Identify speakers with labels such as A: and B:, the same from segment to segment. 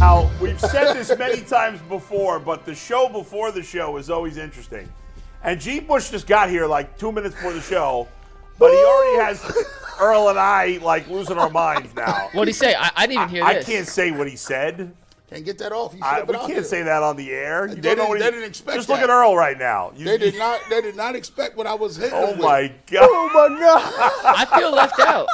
A: Now, we've said this many times before, but the show before the show is always interesting. And G. Bush just got here like two minutes before the show, but he already has Earl and I like losing our minds now.
B: What did he say? I, I didn't even hear
A: I
B: this.
A: can't say what he said.
C: Can't get that off. You
A: I,
C: should've
A: we
C: been out
A: can't
C: there.
A: say that on the air. You
C: They
A: don't know
C: didn't-
A: what he,
C: they didn't expect
A: Just look at
C: that.
A: Earl right now. You-
C: They did
A: you-
C: not. They did not expect what I was hitting.
A: Oh
C: with.
A: my God! Oh my God!
B: I feel left out.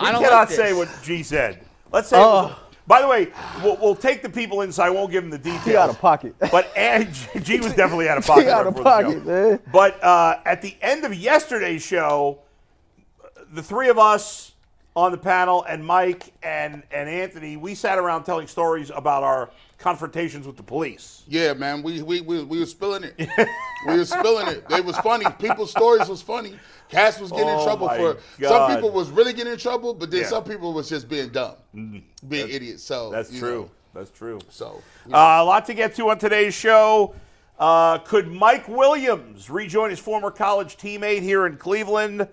B: I don't
A: cannot
B: like this.
A: say what G said. Let's say. it
D: Oh.
A: was- by the way, we'll, we'll take the people in, so I won't give them the details.
D: He out of pocket.
A: But and G was definitely out of pocket.
D: He out of
A: before the show.
D: pocket, man.
A: But uh, at the end of yesterday's show, the three of us on the panel and Mike and and Anthony, we sat around telling stories about our confrontations with the police.
C: Yeah, man. We we we, we were spilling it. we were spilling it. They was funny. People's stories was funny. Cass was getting
A: Oh
C: in trouble
A: my
C: for
A: God.
C: some people was really getting in trouble, but then
A: Yeah. Mm-hmm.
C: some people was just being dumb, being idiots. So
A: That's
C: you
A: true.
C: know,
A: That's true.
C: so
A: Uh, a lot to get to on today's show. Uh, could Mike Williams rejoin his former college teammate here in Cleveland?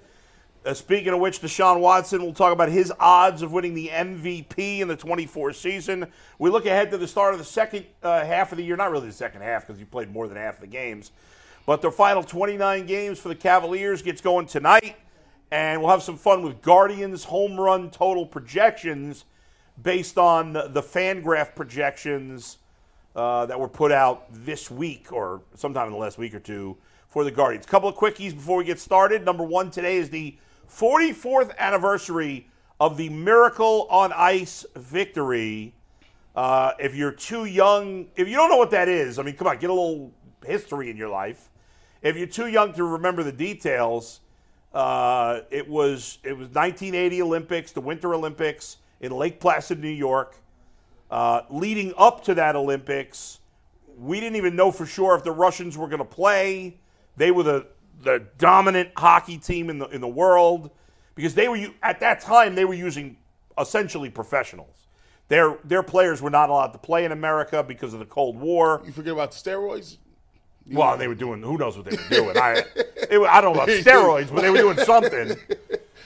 A: Uh, speaking of which, Deshaun Watson, we'll talk about his odds of winning the MVP in the 24 season. We look ahead to the start of the second uh, half of the year. Not really the second half because he played more than half of the games. But their final 29 games for the Cavaliers gets going tonight. And we'll have some fun with Guardians home run total projections based on the Fangraph projections uh, that were put out this week or sometime in the last week or two for the Guardians. Couple of quickies before we get started. Number one, today is the 44th anniversary of the Miracle on Ice victory. Uh, if you're too young, if you don't know what that is, I mean, come on, get a little history in your life. If you're too young to remember the details, uh, it was it was 1980 Olympics, the Winter Olympics in Lake Placid, New York. Uh, leading up to that Olympics, we didn't even know for sure if the Russians were going to play. They were the the dominant hockey team in the in the world because they were u- at that time they were using essentially professionals. Their their players were not allowed to play in America because of the Cold War.
C: you forget about the steroids.
A: Well, they were doing who knows what they were doing. I they were, I don't know about steroids, but they were doing something.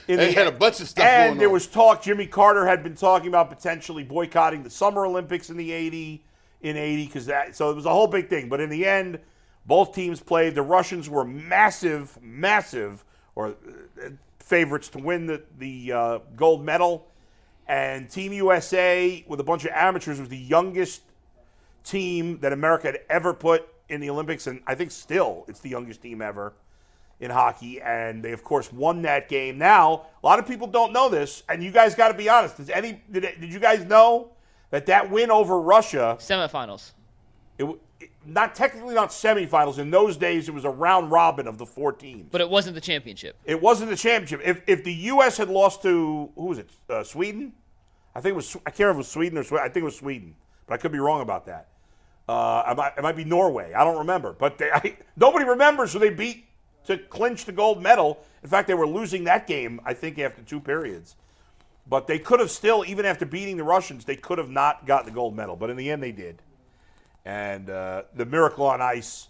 A: In
C: They
A: the- e-
C: had a bunch of stuff
A: And
C: going
A: there
C: on.
A: was talk. Jimmy Carter had been talking about potentially boycotting the Summer Olympics in the eighty in eighty because that. So it was a whole big thing. But in the end, both teams played. The Russians were massive, massive, or uh, favorites to win the the uh, gold medal. And Team USA with a bunch of amateurs was the youngest team that America had ever put in the Olympics, and I think still it's the youngest team ever in hockey. And they, of course, won that game. Now, a lot of people don't know this, and you guys got to be honest. Does any did, did you guys know that that win over Russia?
B: Semifinals.
A: It, w- it, not technically not semifinals. In those days, it was a round robin of the four teams.
B: But it wasn't the championship.
A: It wasn't the championship. If if the U.S. had lost to who was it? Uh, Sweden. I think it was. I can't remember if it was Sweden or Sweden. I think it was Sweden, but I could be wrong about that. Uh, I might, it might be Norway. I don't remember. But they, I, nobody remembers, so they beat to clinch the gold medal. In fact, they were losing that game. I think after two periods. But they could have still, even after beating the Russians, they could have not gotten the gold medal. But in the end, they did. And uh, the miracle on ice,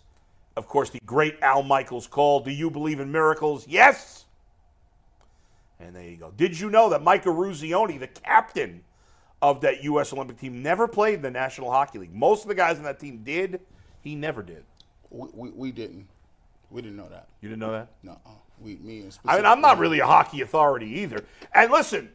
A: of course, the great Al Michaels call. Do you believe in miracles? Yes. And there you go. Did you know that Mike Ruzioni, the captain of that U.S. Olympic team, never played in the National Hockey League? Most of the guys on that team did. He never did.
C: We, we, we didn't. We didn't know that.
A: You didn't know that?
C: No, we me and
A: I mean, I'm not really a hockey authority either. And listen,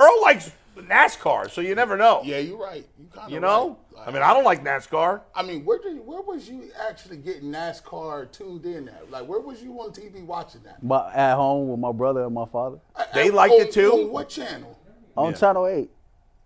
A: Earl likes NASCAR, so you never know.
C: Yeah, you're right. You kind of
A: you know?
C: Right.
A: I mean, I don't like NASCAR.
C: I mean, where did where was you actually getting NASCAR tuned in at? Like, where was you on TV watching that?
D: But at home with my brother and my father
A: They liked
C: on,
A: it too?
C: On what channel?
D: on Channel Eight.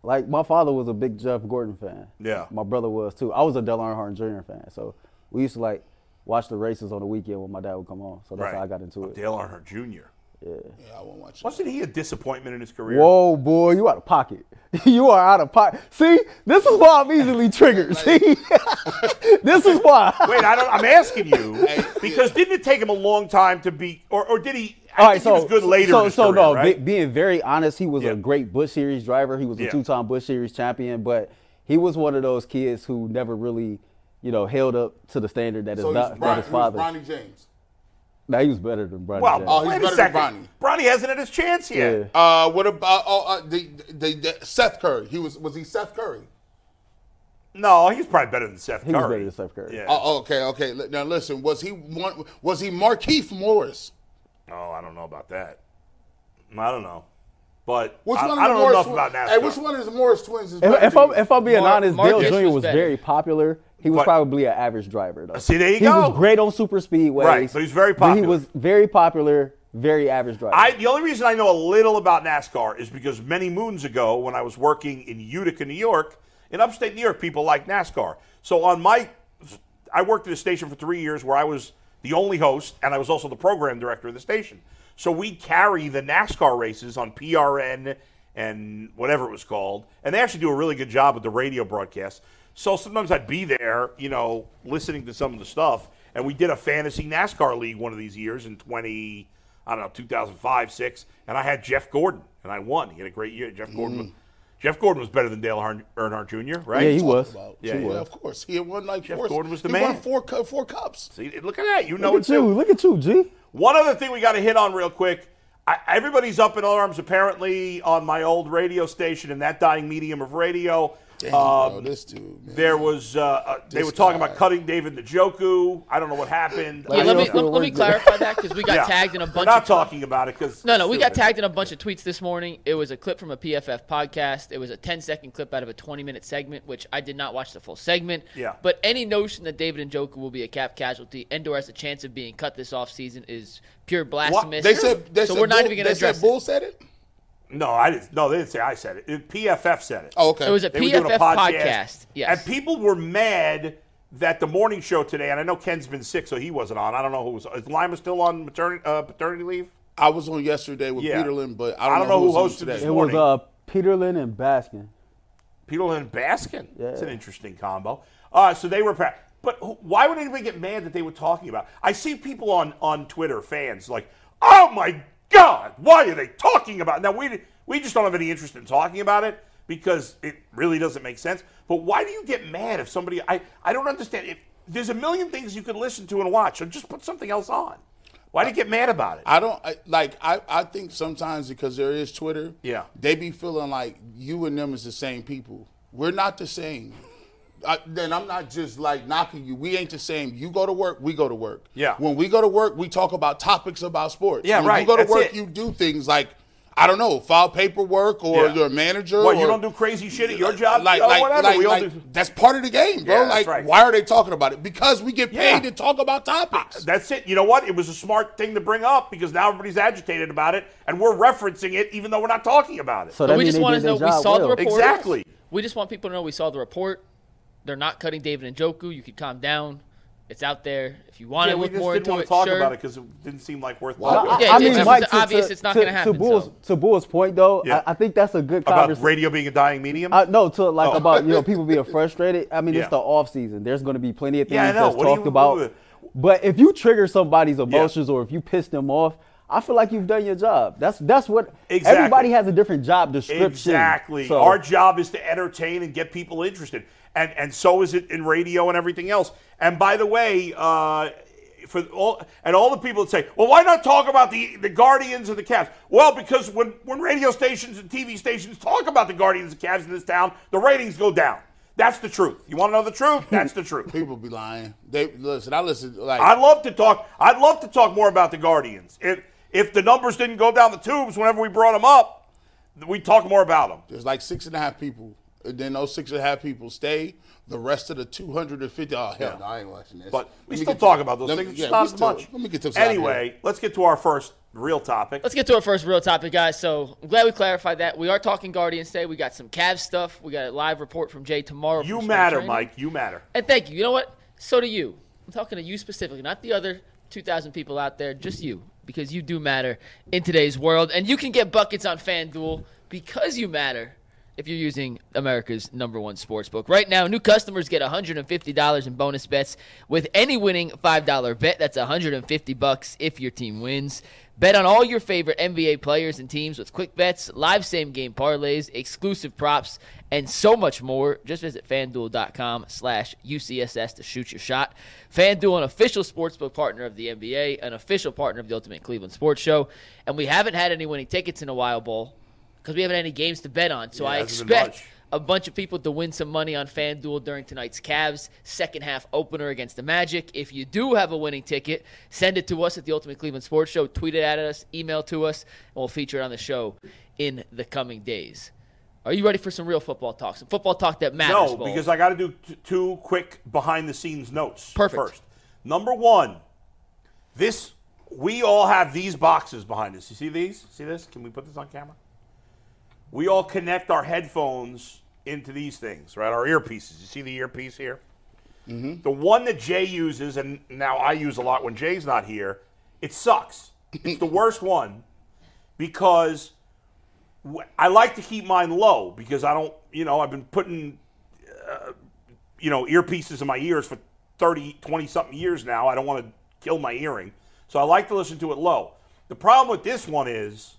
D: Like my father was a big Jeff Gordon fan.
A: Yeah.
D: My brother was too. I was a Dale Earnhardt Jr. fan, so we used to like watch the races on the weekend when my dad would come home. So that's
A: Right.
D: how I got into it.
A: Dale Earnhardt Jr.
C: Yeah, I won't watch it.
A: Wasn't he a disappointment in his career?
D: Whoa, boy, you out of pocket. You are out of pocket. See, this is why I'm easily triggered. See, this is why.
A: Wait, I don't, I'm asking you
C: Hey,
A: because didn't it take him a long time to be, or, or did he? I
D: All right,
A: think
D: so
A: he was good later.
D: So,
A: in his
D: so
A: career,
D: no,
A: right?
D: be- being very honest, he was
A: Yeah.
D: a great Bush Series driver. He was a
A: Yeah.
D: two-time Bush Series champion, but he was one of those kids who never really, you know, held up to the standard that his
C: So he
D: da-
C: was
D: that
C: Bron-
D: his
C: he was
D: father.
C: Bronny James.
D: Now he was better than Bronny.
A: well,
D: James.
B: uh,
C: Oh, he's
A: wait a
C: better than
A: second. Bronny hasn't had his chance yet.
D: Yeah.
C: Uh, what about oh, uh, the, the, the Seth Curry? He was was he Seth Curry?
A: No, he's probably better than Seth
D: he
A: Curry.
D: was better than Steph Curry.
A: Yeah.
C: Oh, okay, okay. Li- Now listen, was he one? Was he Markeith Morris?
A: Oh, I don't know about that. I don't know, but
C: Which
A: I,
C: one
A: I
C: of the
A: don't know
C: Morris
A: enough
C: twin-
A: about NASCAR.
C: Hey, which one of the Morris twins is?
D: If,
C: better
D: if
C: than
D: I'm
C: you?
D: if I'm being
B: Mar-
D: honest,
B: Marcus
D: Dale Jr.
B: was
D: was
B: better.
D: very popular. He was
A: But-
D: probably an average driver though.
A: See, there you
D: he
A: go.
D: was great on super speedways.
A: Right, so he's very
D: but
A: popular.
D: he was very popular, very average driver.
A: I, the only reason I know a little about NASCAR is because many moons ago, when I was working in Utica, New York, in upstate New York, people like NASCAR. So on my, I worked at a station for three years where I was the only host, and I was also the program director of the station. So we'd carry the NASCAR races on PRN and whatever it was called, and they actually do a really good job with the radio broadcast. So sometimes I'd be there, you know, listening to some of the stuff, and we did a fantasy NASCAR league one of these years in twenty. I don't know, 2005, six, and I had Jeff Gordon, and I won. He had a great year. Jeff Gordon, was, Jeff Gordon was better than Dale Earn- Earnhardt Jr. Right?
D: Mm. yeah, he was.
C: About-
A: Yeah,
C: yeah,
A: he was.
C: of course. He had won like
A: Jeff
C: four.
A: Gordon was the
C: he
A: man.
C: won four cu- four cups.
A: See, look at that. You know
D: Look
A: it
D: at you!
A: too.
D: Look at you, G.
A: One other thing we got to hit on real quick. I, everybody's up in arms apparently on my old radio station and that dying medium of radio.
C: Damn,
A: Um,
C: bro, Oh, this dude. Man.
A: there was uh, uh, they
C: This
A: were talking
C: guy.
A: about cutting David Njoku. I don't know what happened.
B: Yeah,
D: I
B: let
D: don't
B: me
D: feel
B: let, let me
D: worth it.
B: clarify that because we got
A: Yeah.
B: tagged in a bunch.
A: We're not
B: of
A: talking about it because
B: No, no, we got tagged in a bunch of tweets this morning. It was a clip from a PFF podcast. It was a 10 second clip out of a 20 minute segment, which I did not watch the full segment.
A: Yeah.
B: But any notion that David and Joker will be a cap casualty, Endor has a chance of being cut this offseason is pure blasphemous.
C: They said. They
B: so
C: said
B: we're not
C: Bull-
B: even going to
C: They said
B: address
C: Bull
B: it.
C: said it.
A: No, I didn't. No, they didn't say I said it. It- PFF said it.
C: Oh, okay.
B: It was a
A: They were doing
B: PFF
A: a podcast.
B: podcast. Yes.
A: And people were mad that the morning show today, and I know Ken's been sick, so he wasn't on. I don't know who was. Is Lima still on maternity uh, paternity leave?
C: I was on yesterday with
A: Yeah.
C: Peter Lynn, but I
A: I don't
C: don't,
A: know who hosted
C: was on today.
A: this
D: It was
A: Morning.
D: uh, Peterlin and Baskin.
A: Peter and Baskin. That's an interesting combo. Uh, so they were. pra- But who- why would anybody get mad that they were talking about? I see people on on Twitter, fans like, "Oh my God, why are they talking about?" it?" Now we we just don't have any interest in talking about it because it really doesn't make sense. But why do you get mad if somebody? I I don't understand. If there's a million things you could listen to and watch, so just put something else on. Why do you get mad about it?
C: I don't I, like. I, I think sometimes because there is Twitter.
A: Yeah.
C: They be feeling like you and them is the same people. We're not the same. I, then I'm not just like knocking you. We ain't the same. You go to work, we go to work.
A: Yeah.
C: When we go to work, we talk about topics about sports.
A: Yeah,
C: when
A: right.
C: You go to
A: That's
C: work,
A: it.
C: you do things like I don't know, file paperwork, or
A: Yeah.
C: you're a manager.
A: Well, you
C: or-
A: don't do crazy shit at your job.
C: Like,
A: Oh,
C: like,
A: whatever.
C: like,
A: we all
C: like,
A: do.
C: that's part of the game, bro.
A: Yeah, that's
C: like,
A: right.
C: why are they talking about it? Because we get
A: Yeah.
C: paid to talk about topics.
A: That's it. You know what? It was a smart thing to bring up because now everybody's agitated about it, and we're referencing it even though we're not talking about it.
D: So
B: But
D: that
B: we
D: means
B: just
D: they
B: want
D: did
B: to know
D: their
B: we
D: job
B: saw the
D: well.
B: report.
A: Exactly.
B: We just want people to know we saw the report. They're not cutting David and Joku. You could calm down. It's out there. If you want
A: yeah,
B: to
A: we
B: look
A: just
B: more
A: didn't
B: into
A: want
B: it,
A: to talk
B: sure.
A: about it because it didn't seem like worth
D: I-
A: talking
D: I-
B: Yeah,
D: I
B: it's-
D: mean,
B: it's
D: Mike,
B: just
D: to-
B: obvious
D: to,
B: it's not
D: to-
B: gonna happen,
D: To Bull's,
B: so.
D: to Bull's point, though,
A: Yeah.
D: I, I think that's a good
A: about
D: conversation.
A: radio being a dying medium.
D: I, no, to like about you know people being frustrated. I mean,
A: Yeah.
D: it's the off season. There's going to be plenty of things
A: Yeah, I know.
D: that's
A: What do you-
D: talked about. But if you trigger somebody's emotions or if you piss them off, I feel like you've done your job. That's that's what
A: Exactly.
D: everybody has a different job description.
A: Exactly.
D: So-
A: Our job is to entertain and get people interested, and and so is it in radio and everything else. And by the way, uh, for all and all the people that say, well, why not talk about the the Guardians of the Cavs? Well, because when when radio stations and TV stations talk about the Guardians and Cavs in this town, the ratings go down. That's the truth. You want to know the truth? That's the truth.
C: People be lying. They listen. I listen. Like
A: I'd love to talk. I'd love to talk more about the Guardians. If if the numbers didn't go down the tubes whenever we brought them up, we talk more about them.
C: There's like six and a half people. And then those six and a half people stay. The rest of the 250. Oh, hell, no, I ain't watching this.
A: But we
C: Let me
A: still
C: get
A: talk
C: to-
A: about those
C: let me-
A: things.
C: yeah,
A: it's
C: we
A: not as
C: still-
A: much.
C: Let me get to
A: Anyway, let's get to our first real topic.
B: Let's get to our first real topic, guys. So I'm glad we clarified that. We are talking Guardians today. We got some Cavs stuff. We got a live report from Jay tomorrow. from
A: you
B: spring
A: matter,
B: training.
A: Mike. You matter.
B: And thank you. You know what? So do you. I'm talking to you specifically, not the other 2,000 people out there, just you, because you do matter in today's world. And you can get buckets on FanDuel because you matter if you're using America's number one sports book. Right now, new customers get $150 in bonus bets with any winning $5 bet. That's 150 bucks if your team wins. Bet on all your favorite NBA players and teams with quick bets, live same game parlays, exclusive props, and so much more. Just visit fanduel.com slash UCSS to shoot your shot. FanDuel, an official sportsbook partner of the NBA, an official partner of the Ultimate Cleveland Sports Show. And we haven't had any winning tickets in a while, Bull, because we haven't had any games to bet on. So I
A: hasn't been
B: expect
A: much.
B: a bunch of people to win some money on FanDuel during tonight's Cavs second half opener against the Magic. If you do have a winning ticket, send it to us at the Ultimate Cleveland Sports Show. Tweet it at us, email to us, and we'll feature it on the show in the coming days. Are you ready for some real football talk? Some football talk that matters.
A: No,
B: Bo.
A: because I got to do t- two quick behind the scenes notes
B: Perfect.
A: first. Number one, this we all have these boxes behind us. You see these? See this? Can we put this on camera? We all connect our headphones into these things, right? Our earpieces. You see the earpiece here?
B: Mm-hmm.
A: The one that Jay uses, and now I use a lot when Jay's not here, it sucks. It's the worst one because w- I like to keep mine low because I don't, you know, I've been putting, uh, you know, earpieces in my ears for 30, 20 something years now. I don't want to kill my earring. So I like to listen to it low. The problem with this one is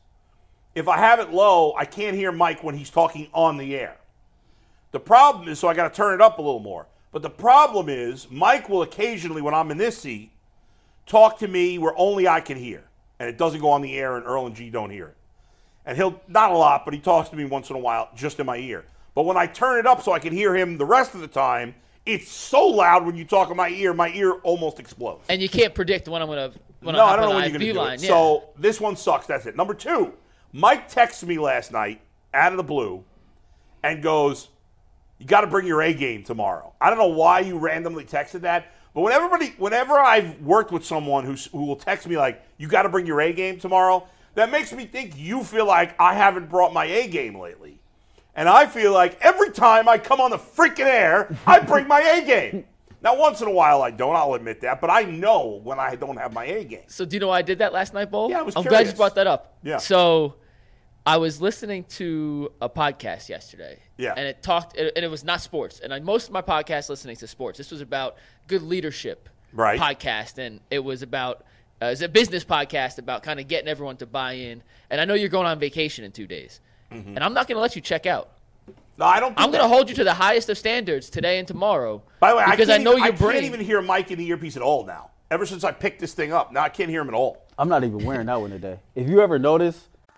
A: if I have it low, I can't hear Mike when he's talking on the air. The problem is, so I got to turn it up a little more. But the problem is, Mike will occasionally, when I'm in this seat, talk to me where only I can hear. And it doesn't go on the air, and Earl and G don't hear it. And he'll, not a lot, but he talks to me once in a while just in my ear. But when I turn it up so I can hear him the rest of the time, it's so loud when you talk in my ear, my ear almost explodes.
B: and you can't predict when I'm gonna when
A: no,
B: I'm
A: I don't know
B: on
A: when you're
B: the
A: going
B: IV
A: to do
B: line.
A: it.
B: Yeah.
A: So this one sucks. That's it. Number two, Mike texts me last night out of the blue and goes, "You got to bring your A game tomorrow." I don't know why you randomly texted that, but when everybody, whenever I've worked with someone who's, who will text me like, "You got to bring your A game tomorrow," that makes me think you feel like I haven't brought my A game lately. And I feel like every time I come on the freaking air, I bring my A game. Now, once in a while, I don't. I'll admit that, but I know when I don't have my A game.
B: So do you know why I did that last night, Bo?
A: Yeah, I was
B: I'm glad
A: curious.
B: you brought that up.
A: Yeah.
B: So I was listening to a podcast yesterday.
A: Yeah.
B: And it talked, and it was not sports. And I, most of my podcast listening to sports. This was about good leadership
A: Right.
B: podcast, and it was about uh, it's a business podcast about kind of getting everyone to buy in. And I know you're going on vacation in two days,
A: Mm-hmm.
B: and I'm not going to let you check out.
A: No, I don't. do
B: I'm going
A: that.
B: to hold you to the highest of standards today and tomorrow.
A: By the way,
B: because
A: I,
B: I,
A: can't
B: know
A: even,
B: your
A: I
B: brain.
A: can't even hear Mike in the earpiece at all now. Ever since I picked this thing up, now I can't hear him at all.
D: I'm not even wearing that one today. If you ever notice,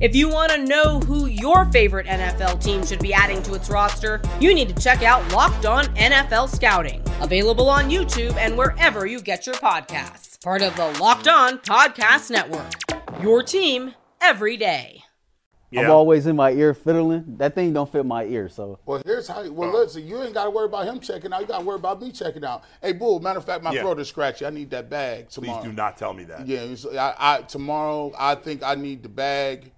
E: If you want to know who your favorite NFL team should be adding to its roster, you need to check out Locked On NFL Scouting, available on YouTube and wherever you get your podcasts. Part of the Locked On Podcast Network. Your team every day.
D: I'm always in my ear fiddling. That thing don't fit my ear, so
C: Well, here's how. Well,
A: Uh.
C: listen, you ain't got to worry about him checking out. You got to worry about me checking out. Hey, Bull. Matter of fact, my
A: Yeah.
C: throat is scratchy. I need that bag
A: Please
C: tomorrow.
A: do not tell me that.
C: Yeah, it's- I, I, tomorrow I think I need the bag.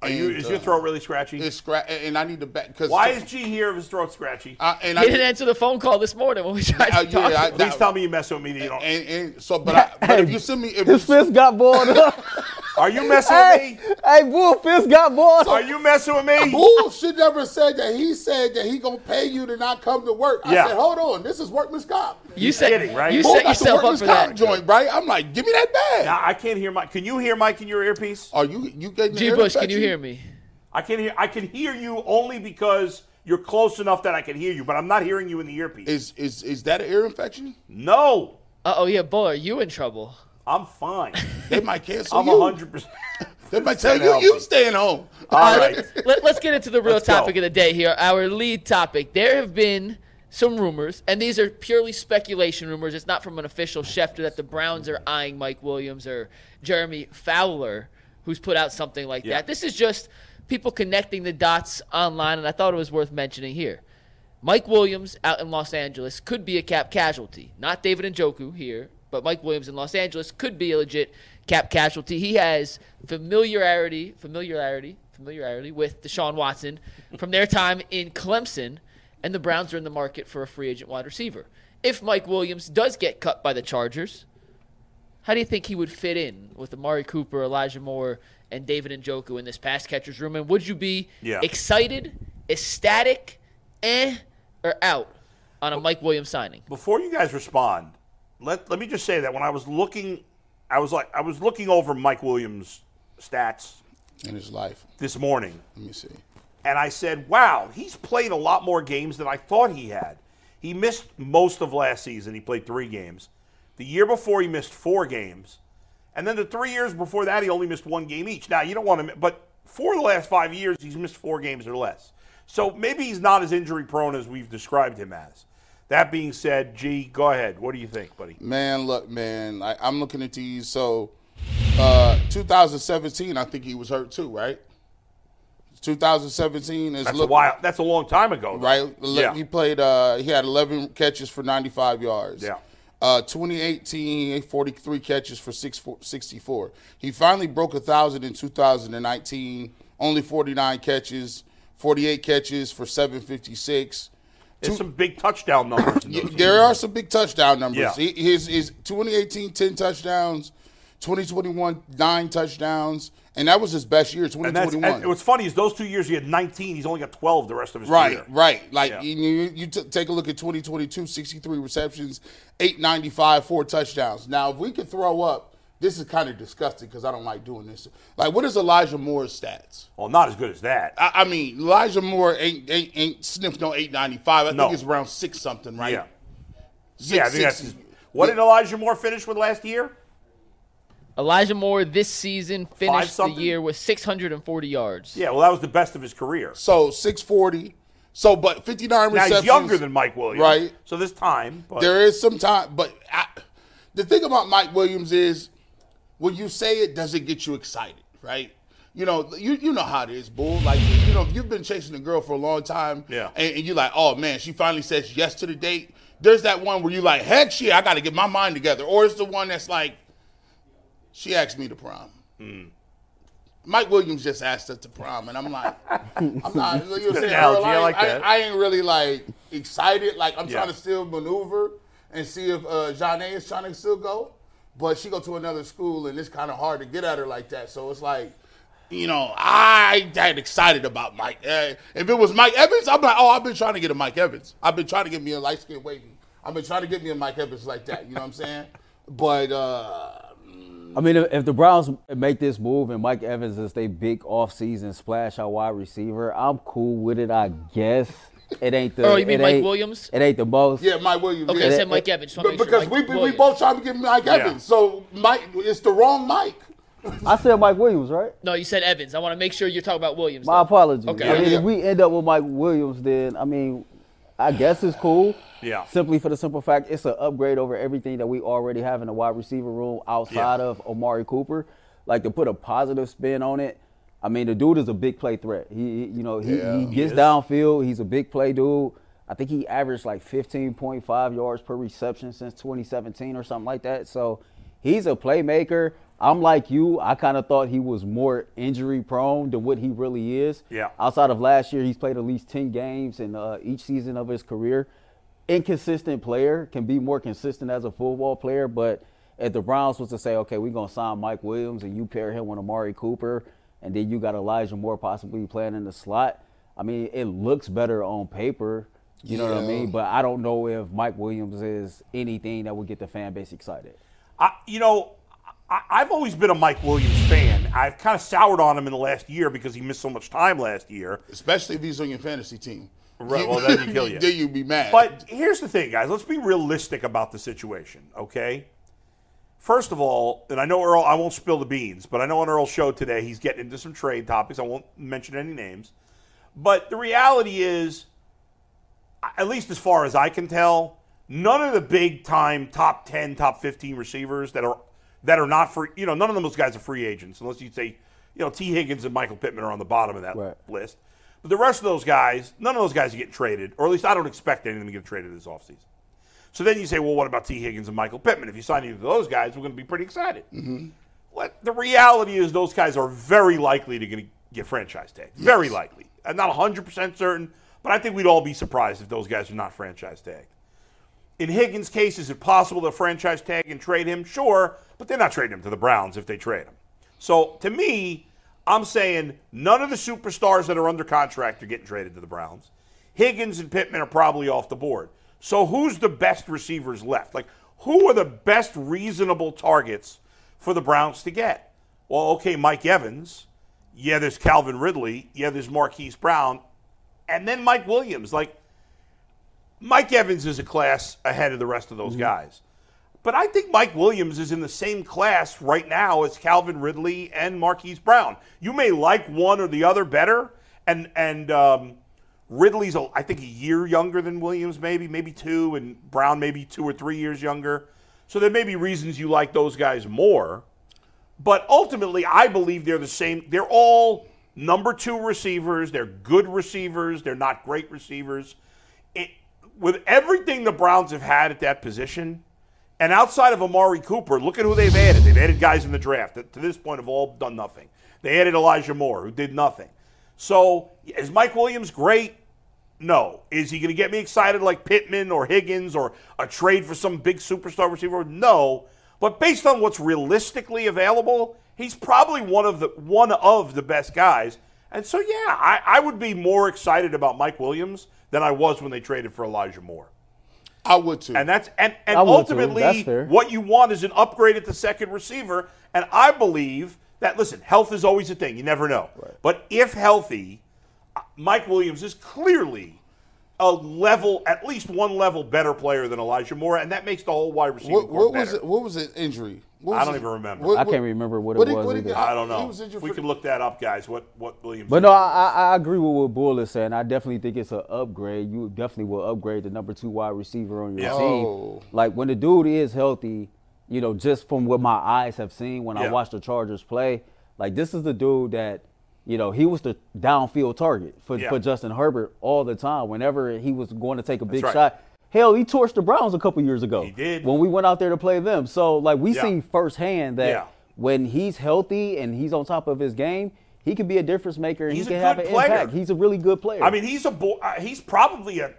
A: Are you,
C: and,
A: is
C: uh,
A: your throat really scratchy?
C: It's scratch, and I need the bag because
A: Why is G here if his throat's scratchy?
C: I, and
B: He
C: I,
B: didn't answer the phone call this morning when we tried
A: Oh,
C: Uh,
B: to talk.
C: yeah, I-
A: Please
C: that-
A: tell me you messing with me. That you don't.
C: and, and so, but, I, but if you send me, if
D: his
C: you,
D: fist got balled up.
A: Are you messing
D: hey,
A: with me?
D: hey, bull fist got balled.
A: Are
D: up.
A: you messing with me?
C: Bull should never said that. He said that he gonna pay you to not come to work. I
A: Yeah.
C: said, hold on, this is workman's comp.
B: You set,
A: kidding, right?
B: You
A: Bull
C: Bull
B: set
C: got the
B: yourself up
C: workman's
B: for
C: comp
B: that.
C: joint, right? I'm like, give me that bag.
A: Now, I can't hear Mike. Can you hear Mike in your earpiece?
C: Are you you getting the
B: G.
C: ear
B: Bush, can
C: infection?
B: you hear me?
A: I can hear. I can hear you only because You're close enough that I can hear you, but I'm not hearing you in the earpiece.
C: Is is is that an ear infection?
A: no,
B: Uh oh, yeah, Bull, are you in trouble?
A: I'm fine.
C: They might cancel
A: I'm
C: you.
A: 100%.
C: They might tell
A: That
C: you you
A: album.
C: staying home.
A: All right.
B: Let, us get into the real
A: Let's go.
B: topic of the day here. Our lead topic. There have been some rumors, and these are purely speculation rumors. It's not from an official Schefter that the Browns are eyeing Mike Williams or Jeremy Fowler, who's put out something like
A: Yeah.
B: that. This is just people connecting the dots online, and I thought it was worth mentioning here. Mike Williams out in Los Angeles could be a cap casualty. Not David Njoku here, but Mike Williams in Los Angeles could be a legit cap casualty. He has familiarity, familiarity, familiarity with Deshaun Watson from their time in Clemson, and the Browns are in the market for a free agent wide receiver. If Mike Williams does get cut by the Chargers, how do you think he would fit in with Amari Cooper, Elijah Moore, and David Njoku in this pass catcher's room? And would you be
A: Yeah.
B: excited, ecstatic, eh, or out on a Mike Williams signing?
A: Before you guys respond, let let me just say that when I was looking, I was like I was looking over Mike Williams' stats
C: In his life.
A: this morning,
C: Let me see.
A: and I said, "Wow, he's played a lot more games than I thought he had." He missed most of last season. He played three games. The year before, he missed four games, and then the three years before that, he only missed one game each. Now you don't want to, but for the last five years, he's missed four games or less. So maybe he's not as injury prone as we've described him as. That being said, G, go ahead. What do you think, buddy?
C: Man, look, man, I, I'm looking at these. So, uh, 2017, I think he was hurt too, right? 2017 is
A: That's
C: look
A: a while. That's a long time ago, though.
C: right. Ele-
A: Yeah.
C: He played. Uh, he had 11 catches for 95 yards.
A: Yeah.
C: Uh, 2018, he had 43 catches for six, four- 64. He finally broke a thousand in 2019. Only 49 catches, 48 catches for 756.
A: There's some big touchdown numbers. in
C: Y-
A: those
C: there are some big touchdown numbers.
A: Yeah.
C: He- His, his 2018, 10 touchdowns, 2021, 9 touchdowns, and that was his best year,
A: And that's
C: 2021.
A: and what's funny is those two years he had 19. He's only got 12 the rest of his
C: right,
A: career.
C: right. Like,
A: Yeah.
C: you, you, you t- take a look at 2022, 63 receptions, 895, 4 touchdowns. Now, if we could throw up, this is kind of disgusting because I don't like doing this. Like, what is Elijah Moore's stats?
A: Well, not as good as that.
C: I, I mean, Elijah Moore ain't, ain't, ain't sniffed no 895. I
A: No.
C: think it's around 6 something, right?
A: yeah,
C: Six,
A: yeah. I think that's
C: six-
A: what did Elijah Moore finish with last year?
B: Elijah Moore this season finished the
A: something?
B: year with 640 yards.
A: Yeah. Well, that was the best of his career.
C: So 640. So, but 59
A: Now
C: receptions.
A: he's younger than Mike Williams,
C: Right.
A: So this time, but
C: There is some time, but I, the thing about Mike Williams is when you say it, does it get you excited, right? You know, you, you know how it is, bull. Like you know, if you've been chasing a girl for a long time,
A: Yeah.
C: and, and you're like, oh man, she finally says yes to the date. There's that one where you like, heck, yeah, I got to get my mind together, or it's the one that's like, she asked me to prom.
A: Hmm.
C: Mike Williams just asked us to prom, and I'm like, I'm not. You know what I'm saying,
A: analogy.
C: Earl,
A: I
C: ain't-
A: like that.
C: I ain't really like excited. Like I'm
A: Yeah.
C: trying to still maneuver and see if uh, Janae is trying to still go, but she go to another school, and it's kind of hard to get at her like that. So it's like. You know, I ain't that excited about Mike. Uh, if it was Mike Evans, I'm like, oh, I've been trying to get a Mike Evans. I've been trying to get me a light skin wavy. I've been trying to get me a Mike Evans like that. You know what I'm saying? But uh,
D: I mean, if, if the Browns make this move and Mike Evans is their big offseason splash out wide receiver, I'm cool with it, I guess. It ain't the.
B: Oh, you mean
D: it
B: Mike
D: ain't-
B: Williams?
D: It ain't the most.
C: yeah, Mike Williams.
B: Okay, I
C: yeah.
B: said Mike Evans. just wanna
C: But
B: make sure
C: because we, we,
B: Mike
C: we
B: Williams.
C: both trying to get Mike Evans, so Mike it's the wrong Mike.
D: I said Mike Williams, right?
B: No, you said Evans. I want to make sure you're talking about Williams.
D: My
B: though.
D: apologies.
B: Okay.
D: I mean,
C: Yeah.
D: if we end up with Mike Williams, then I mean, I guess it's cool.
A: Yeah.
D: Simply for the simple fact, it's an upgrade over everything that we already have in the wide receiver room outside of Omari Cooper. Like to put a positive spin on it. I mean, the dude is a big play threat. He, he- you know, he, he gets downfield. He's a big play dude. I think he averaged like 15.5 yards per reception since 2017 or something like that. So he's a playmaker. I'm like you. I kind of thought he was more injury prone than what he really is.
A: Yeah.
D: Outside of last year, he's played at least 10 games in uh, each season of his career. Inconsistent player can be more consistent as a football player, but if the Browns was to say, okay, we're going to sign Mike Williams and you pair him with Amari Cooper, and then you got Elijah Moore possibly playing in the slot, I mean, it looks better on paper. You know what I
C: Yeah.
D: mean? But I don't know if Mike Williams is anything that would get the fan base excited.
A: I, you know, I, I've always been a Mike Williams fan. I've kind of soured on him in the last year because he missed so much time last year.
C: Especially if he's on your fantasy team.
A: Right, well, then you kill you.
C: then you be mad.
A: But here's the thing, guys. Let's be realistic about the situation, okay? First of all, and I know Earl, I won't spill the beans, but I know on Earl's show today he's getting into some trade topics. I won't mention any names. But the reality is, at least as far as I can tell, none of the big time top 10, top 15 receivers that are that are not free, you know, none of those guys are free agents unless you say, you know, T. Higgins and Michael Pittman are on the bottom of that
D: Right.
A: list. But the rest of those guys, none of those guys are getting traded, or at least I don't expect any of them to get traded this offseason. So then you say, well, what about T. Higgins and Michael Pittman? If you sign either of those guys, we're going to be pretty excited. What the reality is, those guys are very likely to gonna get franchise tagged. Very likely. I'm not 100% certain, but I think we'd all be surprised if those guys are not franchise tagged. In Higgins' case, is it possible to franchise tag and trade him? Sure, but they're not trading him to the Browns if they trade him. So to me, I'm saying none of the superstars that are under contract are getting traded to the Browns. Higgins and Pittman are probably off the board. So who's the best receivers left? Like, who are the best reasonable targets for the Browns to get? Well, okay, Mike Evans. Yeah, there's Calvin Ridley. Yeah, there's Marquise Brown. And then Mike Williams. Like, Mike Evans is a class ahead of the rest of those guys. But I think Mike Williams is in the same class right now as Calvin Ridley and Marquise Brown. You may like one or the other better, and and um, Ridley's a, I think a year younger than Williams, maybe maybe two, and Brown maybe two or three years younger. So there may be reasons you like those guys more. But ultimately, I believe they're the same. They're all number two receivers. They're good receivers. They're not great receivers. It, with everything the Browns have had at that position, and outside of Amari Cooper, look at who they've added. They've added guys in the draft that to this point have all done nothing. They added Elijah Moore, who did nothing. So is Mike Williams great? No. Is he going to get me excited like Pittman or Higgins or a trade for some big superstar receiver? No. But based on what's realistically available, he's probably one of the one of the best guys. And so yeah, I, I would be more excited about Mike Williams than I was when they traded for Elijah Moore.
C: I would too.
A: And that's and, and
D: I would too. That's
A: ultimately
D: fair.
A: what you want is an upgrade at the second receiver. And I believe that listen, health is always a thing. You never know. But if healthy, Mike Williams is clearly a level, at least one level better player than Elijah Moore, and that makes the whole wide receiver
C: what,
A: core
C: what was
A: better.
C: it, what was an injury? What
A: I
C: was
A: don't
C: it-
A: even remember.
D: I can't remember what it
C: he-
D: was
C: he
D: either.
C: got-
A: I don't
C: He
A: know.
C: was injured
A: We
C: for-
A: could look that up, guys. What what Williams?
D: But no, I, I- I agree with what Bull is saying. I definitely think it's an upgrade. You definitely will upgrade the number two wide receiver on your
A: Yeah.
D: team.
C: Oh.
D: Like when the dude is healthy, you know, just from what my eyes have seen when
A: Yeah.
D: I watch the Chargers play, like this is the dude that, you know, he was the downfield target for,
A: Yeah.
D: for Justin Herbert all the time. Whenever he was going to take a big
A: right.
D: shot, hell, he torched the Browns a couple years ago.
A: He did.
D: When we went out there to play them. So, like, we
A: Yeah.
D: seen firsthand that
A: Yeah.
D: when he's healthy and he's on top of his game, he can be a difference maker and
A: He's a
D: he can
A: good
D: have an
A: player.
D: impact. He's a really good player.
A: I mean, he's a bo- uh, he's probably a,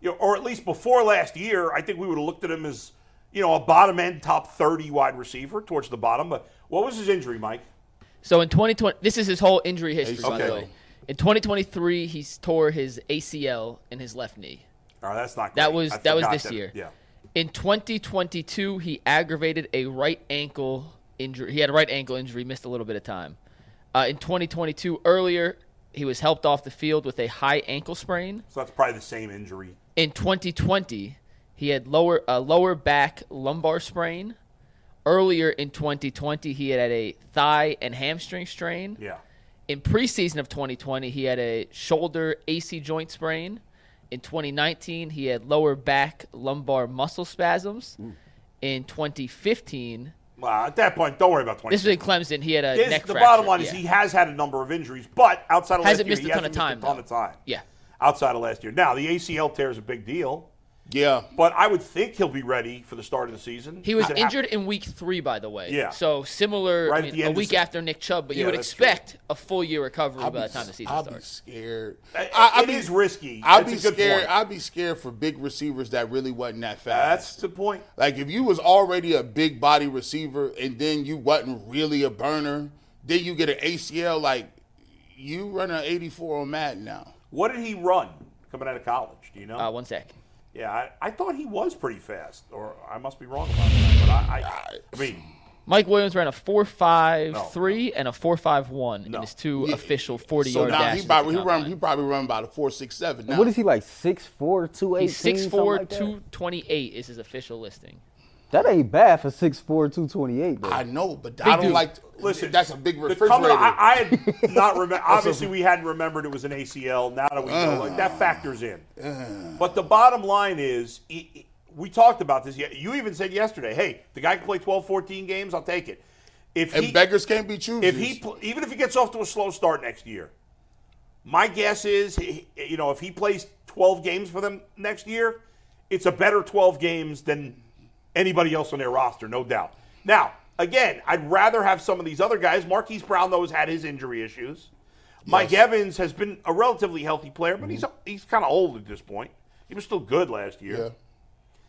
A: you know, or at least before last year, I think we would have looked at him as you know a bottom end top thirty wide receiver towards the bottom. But what was his injury, Mike?
B: So in 2020, this is his whole injury history, by
A: Okay.
B: the way. In 2023, he's tore his ACL in his left knee.
A: Oh, that's not. Great.
B: That was
A: I
B: that was
A: forgot
B: this year.
A: Yeah.
B: In 2022, he aggravated a right ankle injury. He had a right ankle injury, missed a little bit of time. Uh, in 2022, earlier, he was helped off the field with a high ankle sprain.
A: So that's probably the same injury.
B: In 2020, he had lower a lower back lumbar sprain. Earlier in 2020, he had had a thigh and hamstring strain.
A: Yeah.
B: In preseason of 2020, he had a shoulder AC joint sprain. In 2019, he had lower back lumbar muscle spasms. In 2015,
A: Well, at that point, don't worry about twenty.
B: this was in Clemson, he had a
A: This-
B: neck
A: the
B: fracture.
A: bottom line is
B: Yeah.
A: he has had a number of injuries, but outside of
B: Hasn't
A: last
B: missed
A: year,
B: a
A: he
B: ton
A: hasn't
B: of
A: missed a
B: time,
A: ton of time.
B: Yeah.
A: Outside of last year, now the ACL tear is a big deal,
C: Yeah.
A: but I would think he'll be ready for the start of the season.
B: He was
A: Does it happen?
B: injured in week three, by the way.
A: Yeah.
B: So similar,
A: Right
B: I
A: at
B: mean,
A: the end
B: a
A: of
B: week
A: se-
B: after Nick Chubb, but
A: Yeah,
B: you would
A: that's true.
B: expect a full year recovery
C: I'd
B: by
C: be-
B: the time the season
C: I'd be
B: starts.
C: scared.
A: It-
C: I, I
A: it
C: mean,
A: is risky.
C: I'd
A: That's
C: be
A: a good
C: scared.
A: point.
C: I'd be scared for big receivers that really wasn't that
A: That's
C: fast.
A: the point.
C: like if you was already a big body receiver and then you wasn't really a burner, then you get an ACL. Like you run an 84 on Madden now.
A: What did he run coming out of college? Do you know?
B: Uh, one sec.
A: yeah, I, I thought he was pretty fast, or I must be wrong about that. But I, I, I mean,
B: Mike Williams ran a 4.53 and a 4.51
A: No.
B: in his two
C: Yeah.
B: official 40
C: So
B: yard
C: now
B: dashes.
C: he
B: at
C: probably
B: the
C: he run
B: combine.
C: he probably run about a four six seven now.
D: What is he like? Six four two eighteen.
B: He's 6'4,
D: like that?
B: 228 is his official listing.
D: That ain't bad for six four two twenty eight.
C: I know, but I don't
B: dude.
C: like.
A: Listen,
C: Listen, that's a big
A: The
C: refrigerator.
A: comeback- I, I had not remember. obviously, we hadn't remembered it was an ACL. Now that we know, like
C: Uh.
A: that factors in. but the bottom line is, i- i- we talked about this. Yeah, You even said yesterday, "Hey, the guy can play 12, 14 games. I'll take it." If
C: and
A: he,
C: beggars can't be choosers.
A: if he, pl- even if he gets off to a slow start next year, my guess is, he- he- you know, if he plays 12 games for them next year, it's a better 12 games than anybody else on their roster, no doubt. Now, again, I'd rather have some of these other guys. Marquise Brown, though, has had his injury issues. Mike Evans has been a relatively healthy player, but he's he's kind of old at this point. He was still good last year,
C: Mm-hmm. yeah.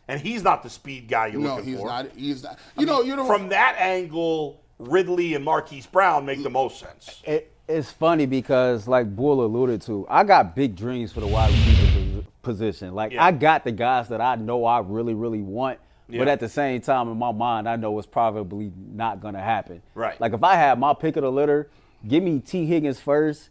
A: and he's not the speed guy you're
C: no,
A: looking
C: he's
A: for.
C: not. He's not. You know, you know.
A: From that angle, Ridley and Marquise Brown make
C: Mm.
A: the most sense.
D: It, it's funny because, like Bull alluded to, I got big dreams for the wide receiver pos- position. Like,
A: Yeah.
D: I got the guys that I know I really, really want. But
A: Yeah.
D: at the same time, in my mind, I know it's probably not going to happen.
A: Right.
D: Like, if I had my pick of the litter, give me T. Higgins first,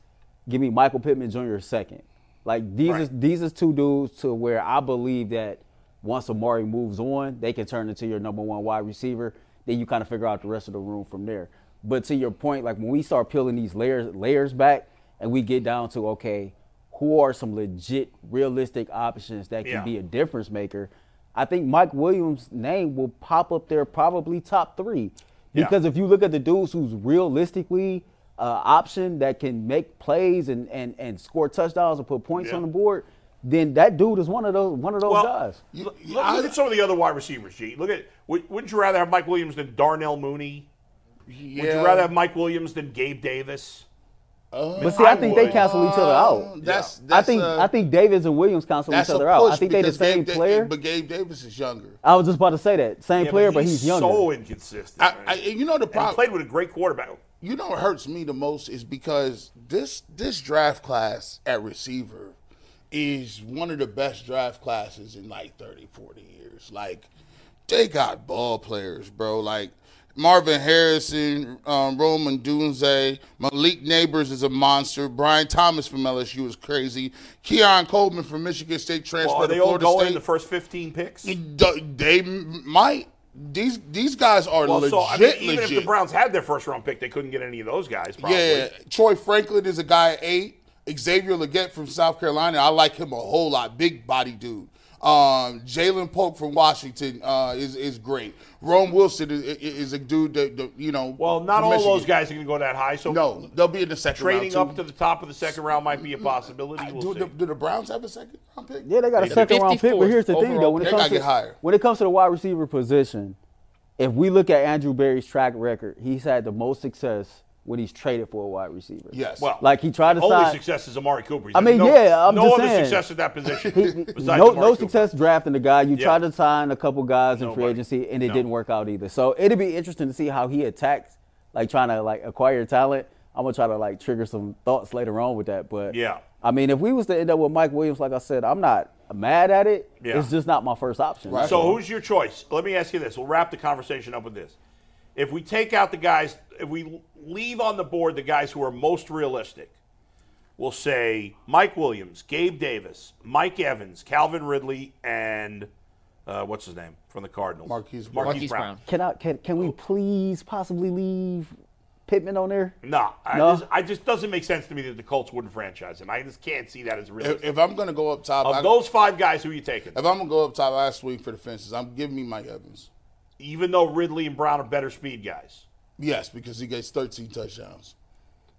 D: give me Michael Pittman Jr. second. Like, these,
A: Right.
D: is, these is two dudes to where I believe that once Amari moves on, they can turn into your number one wide receiver. Then you kind of figure out the rest of the room from there. But to your point, like when we start peeling these layers layers back, and we get down to okay, who are some legit, realistic options that can
A: Yeah.
D: be a difference maker? I think Mike Williams' name will pop up there, probably top three,
A: Yeah.
D: because if you look at the dudes who's realistically uh, option that can make plays and and and score touchdowns and put points
A: Yeah.
D: on the board, then that dude is one of those one of those
A: Well,
D: guys.
C: You-
A: Look,
C: you-
A: look
C: I-
A: at some of the other wide receivers, G. Look at would- wouldn't you rather have Mike Williams than Darnell Mooney? Would
C: Yeah.
A: you rather have Mike Williams than Gabe Davis?
D: But see, I, think they
A: would.
D: cancel each other out.
C: Um, That's,
D: I
C: that's
D: think
C: a-
A: uh,
D: I think Davis and Williams cancel each
C: that's
D: other
C: a
D: out. I
C: push
D: think they the
C: because
D: same
C: Gabe Da-
D: player.
C: but Gabe Davis is younger.
D: I was just about to say that same
A: Yeah,
D: player, but he's, younger.
A: so inconsistent.
C: I,
A: man.
C: I, you know
A: and
C: the
A: he
C: problem.
A: played with a great quarterback.
C: you know what hurts me the most is because this this draft class at receiver is one of the best draft classes in like 30 40 years like they got ball players bro like Marvin Harrison, um, Roman Dunze, Malik Neighbors is a monster. Brian Thomas from LSU is crazy. Keon Coleman from Michigan State transferred
A: Well, are
C: to
A: they all
C: Florida
A: going
C: State.
A: in the first 15 picks?
C: D- they m- might. These these guys are
A: Well,
C: legit.
A: so I mean, even
C: legit.
A: if the Browns had their first round pick, they couldn't get any of those guys. Probably.
C: Yeah, Troy Franklin is a guy at eight. Xavier Leggett from South Carolina, I like him a whole lot. Big body dude. Um, Jalen Polk from Washington uh, is is great. Rome Wilson is, is- is a dude that, that, you know.
A: Well, not
C: from
A: all
C: Michigan.
A: those guys are going to go that high. So
C: No, they'll be in the second
A: trading
C: round. Uh,
A: up to the top of the second round might be a possibility. We'll
C: do,
A: see.
C: the, do the Browns have a second round pick?
D: Yeah, they got a
C: They do.
D: second round pick. But
B: 54th
D: here's the thing, though,
B: overall
D: when it
C: pick. They
D: comes
C: gotta
D: to
C: get higher.
D: when it comes to the wide receiver position, if we look at Andrew Berry's track record, he's had the most success when he's traded for a wide receiver.
C: Yes.
A: well,
D: like he tried to
A: only
D: sign.
A: success is Amari Cooper. He's
D: I
A: had
D: mean,
A: no,
D: yeah, I'm
A: no
D: just
A: other
D: saying.
A: success at that position. besides
D: no,
A: Amari
D: no
A: Cooper.
D: success drafting the guy. You
A: Yeah.
D: tried to sign a couple guys in free
A: Nobody.
D: agency, and it
A: No.
D: didn't work out either. So it'll be interesting to see how he attacks, like trying to like acquire talent. I'm gonna try to like trigger some thoughts later on with that. But
A: Yeah.
D: I mean, if we was to end up with Mike Williams, like I said, I'm not mad at it.
A: Yeah.
D: It's just not my first option.
C: Right.
A: So who's your choice? Let me ask you this. We'll wrap the conversation up with this. If we take out the guys, if we leave on the board the guys who are most realistic, we'll say Mike Williams, Gabe Davis, Mike Evans, Calvin Ridley, and uh, what's his name from the Cardinals?
C: Marquise Brown.
A: Marquise,
B: Marquise
A: Brown.
B: Brown.
D: Can I? Can, can we please possibly leave Pittman on there?
A: No, I,
D: No?
A: Just, I just doesn't make sense to me that the Colts wouldn't franchise him. I just can't see that as realistic.
C: If, if I'm gonna go up top, I,
A: of those five guys, who are you taking?
C: if I'm gonna go up top, I swing for the fences. I'm giving me Mike Evans.
A: Even though Ridley and Brown are better speed guys,
C: Yes, because he gets 13 touchdowns.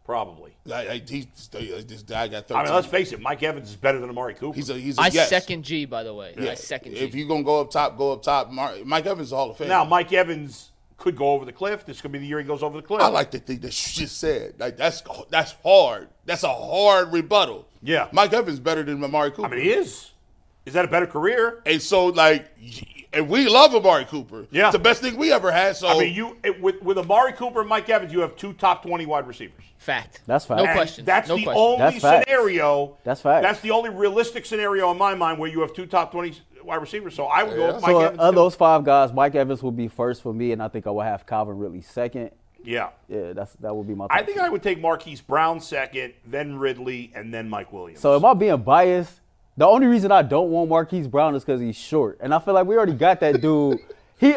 A: probably.
C: Like, like, he's, this guy got 13.
A: I mean, let's face it, Mike Evans is better than Amari Cooper.
C: He's a he's a
B: I
C: yes.
B: second G, by the way.
C: Yeah.
B: I second G.
C: If you're gonna go up top, go up top. Mar- Mike Evans is a Hall of Fame.
A: Now, Mike Evans could go over the cliff. This could be the year he goes over the cliff.
C: I like the thing that you just said. Like that's that's hard. That's a hard rebuttal.
A: Yeah.
C: Mike Evans better than Amari Cooper.
A: I mean, he is. Is that a better career?
C: And so like, and we love Amari Cooper.
A: Yeah.
C: it's the best thing we ever had. So
A: I mean, you it, with with Amari Cooper and Mike Evans, you have two top twenty wide receivers.
B: Fact.
D: That's fact.
B: No
D: And
A: And
B: question.
A: That's
B: no
A: the
B: question.
A: only
D: That's facts.
A: scenario.
D: That's facts.
A: That's the only realistic scenario in my mind where you have two top twenty wide receiver. So I would go with Mike
D: So uh,
A: Evans.
D: of
A: too.
D: those five guys, Mike Evans will be first for me, and I think I will have Calvin Ridley second.
A: yeah.
D: Yeah, that's that would be my.
A: I
D: top
A: think
D: two.
A: I would take Marquise Brown second, then Ridley, and then Mike Williams.
D: So am I being biased? The only reason I don't want Marquise Brown is because he's short, and I feel like we already got that dude. He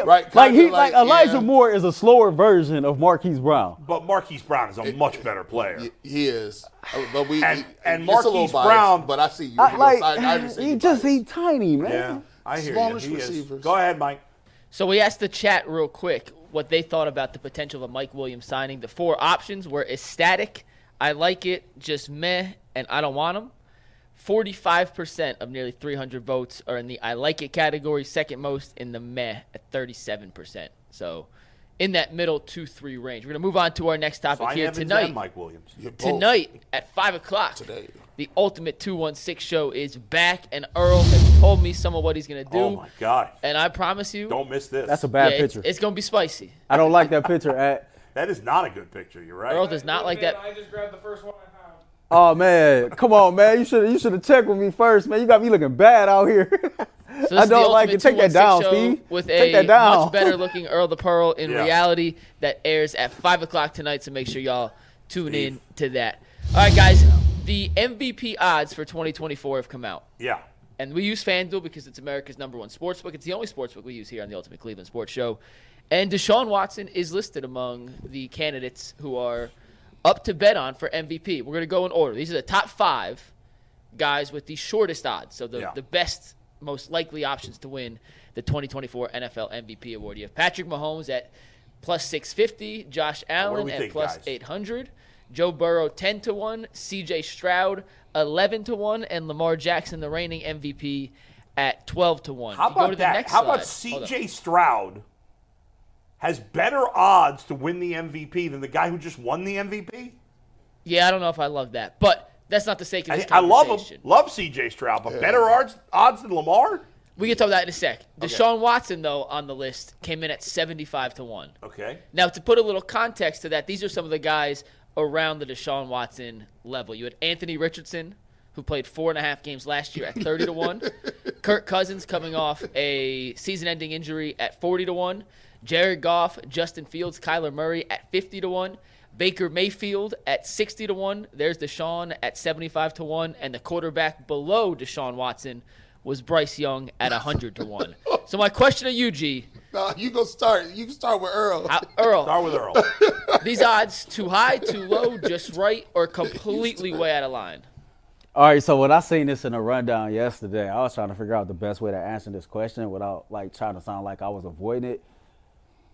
C: Right, kinda
D: like he
C: like,
D: like, Elijah
C: yeah.
D: Moore is a slower version of Marquise Brown.
A: but Marquise Brown is a much better player.
C: Y- He is, Uh, but we
A: And-
C: he-
A: and
C: it's a little
A: Marquise
C: biased,
A: Brown-
C: But I see you.
D: I,
C: Yes,
D: like
C: I- I understand
D: he
C: your
D: just
C: bias.
D: he tiny man.
A: Yeah, I hear
C: Smallest
A: you. He is.
C: receivers.
A: Go ahead, Mike.
B: So we asked the chat real quick what they thought about the potential of a Mike Williams signing. The four options were ecstatic, I like it, just meh, and I don't want him. 45% of nearly 300 votes are in the I like it category, second most in the meh at 37%. So in that middle 2 3 range. We're going to move on to our next topic
A: Fine
B: here
A: Evans
B: tonight.
A: and Mike Williams.
C: You're both.
B: Tonight at 5 o'clock,
C: Today.
B: the Ultimate 216 show is back, and Earl has told me some of what he's going to do.
A: Oh my God!
B: And I promise you,
A: Don't miss this.
D: That's a bad
B: yeah, it's-
D: picture.
B: It's, gonna be spicy.
D: I don't like that picture. At,
A: That is not a good picture. You're right.
B: Earl does not like that.
F: I just grabbed the first one I found.
D: oh man, come on, man. You should you should have checked with me first, man. You got me looking bad out here.
B: So this
D: I
B: is the
D: don't like
B: Ultimate
D: it.
B: 216
D: Take that down,
B: show
D: Steve.
B: With
D: Take
B: a
D: that down.
B: much better looking Earl the Pearl in
A: Yeah.
B: reality that airs at five o'clock tonight. So make sure y'all tune in to that. All right, guys. The MVP odds for 2024 have come out.
A: Yeah.
B: and we use FanDuel because it's America's number one sports book. It's the only sports book we use here on the Ultimate Cleveland Sports Show. And Deshaun Watson is listed among the candidates who are up to bet on for MVP. We're going to go in order. These are the top five guys with the shortest odds, so the,
A: Yeah.
B: the best, most likely options to win the 2024 NFL MVP award. You have Patrick Mahomes at plus 650, Josh
A: do
B: Allen
A: we
B: at
A: think,
B: plus
A: guys?
B: 800, Joe Burrow 10 to 1, CJ Stroud 11 to 1, and Lamar Jackson, the reigning MVP, at 12 to 1.
A: How
B: You go to
A: about
B: the
A: that?
B: next
A: How about
B: slide. Hold
A: C.J. Stroud has better odds to win the MVP than the guy who just won the MVP?
B: on. Yeah, I don't know if I love that, but that's not the sake of
A: I,
B: this
A: I love him.
B: conversation.
A: Love C.J. Stroud, but better odds odds than Lamar?
B: We can talk about that in a sec. Deshaun Watson, though, on the list came in at 75 to 1.
A: Okay.
B: Now, to put a little context to that, these are some of the guys around the Deshaun Watson level. You had Anthony Richardson, who played four and a half games last year at 30 to 1. Kirk Cousins coming off a season ending injury at 40 to 1. Jared Goff, Justin Fields, Kyler Murray at 50 to 1. Baker Mayfield at 60 to 1. There's Deshaun at 75 to 1. And the quarterback below Deshaun Watson was Bryce Young at 100 to 1. So, my question to you, G,
C: Nah, you go start. You can start with Earl.
B: uh, Earl.
A: Start with Earl.
B: These odds too high, too low, just right, or completely way out of line.
D: All right, so when I seen this in a rundown yesterday, I was trying to figure out the best way to answer this question without like trying to sound like I was avoiding it.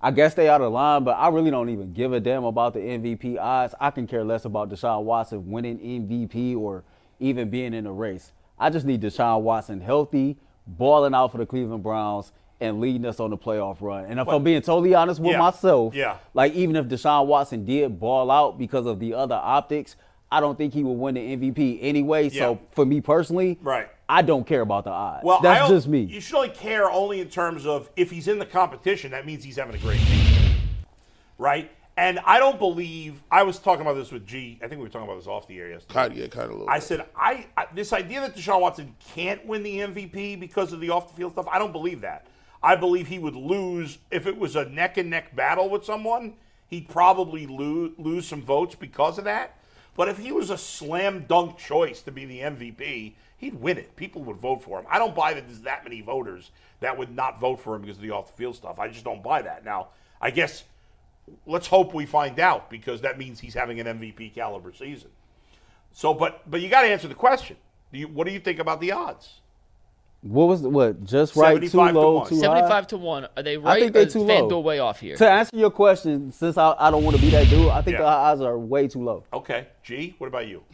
D: I guess they out of line, but I really don't even give a damn about the MVP odds. I can care less about Deshaun Watson winning MVP or even being in the race. I just need Deshaun Watson healthy, balling out for the Cleveland Browns, and leading us on the playoff run. And if I'm being totally honest with
A: Yeah.
D: myself,
A: Yeah.
D: like even if Deshaun Watson did ball out because of the other optics, I don't think he would win the MVP anyway.
A: Yeah.
D: So for me personally,
A: Right.
D: I don't care about the odds.
A: Well, I
D: that's
A: don't-
D: just me.
A: You should only care only in terms of if he's in the competition, that means he's having a great game, right? And I don't believe I was talking about this with G. I think we were talking about this off the air yesterday.
C: kind of, yeah, kind of a little.
A: I
C: bit.
A: said I, I this idea that Deshaun Watson can't win the MVP because of the off the field stuff. I don't believe that. I believe he would lose if it was a neck and neck battle with someone. He'd probably lose lose some votes because of that. But if he was a slam dunk choice to be the MVP, he'd win it. People would vote for him. I don't buy that there's that many voters that would not vote for him because of the off the field stuff. I just don't buy that. Now, I guess let's hope we find out because that means he's having an MVP caliber season. So, but but you got to answer the question. Do you, what do you think about the odds?
D: what was what? Just right, too
A: 75 to
D: low,
A: one.
D: too high.
B: 75 to 1. Are they right?
D: think they're
B: or is
D: too low.
B: FanDuel way off here.
D: To answer your question, since I, I don't want to be that dude, I think
A: Yeah.
D: the odds are way too low.
A: Okay, G. What about you?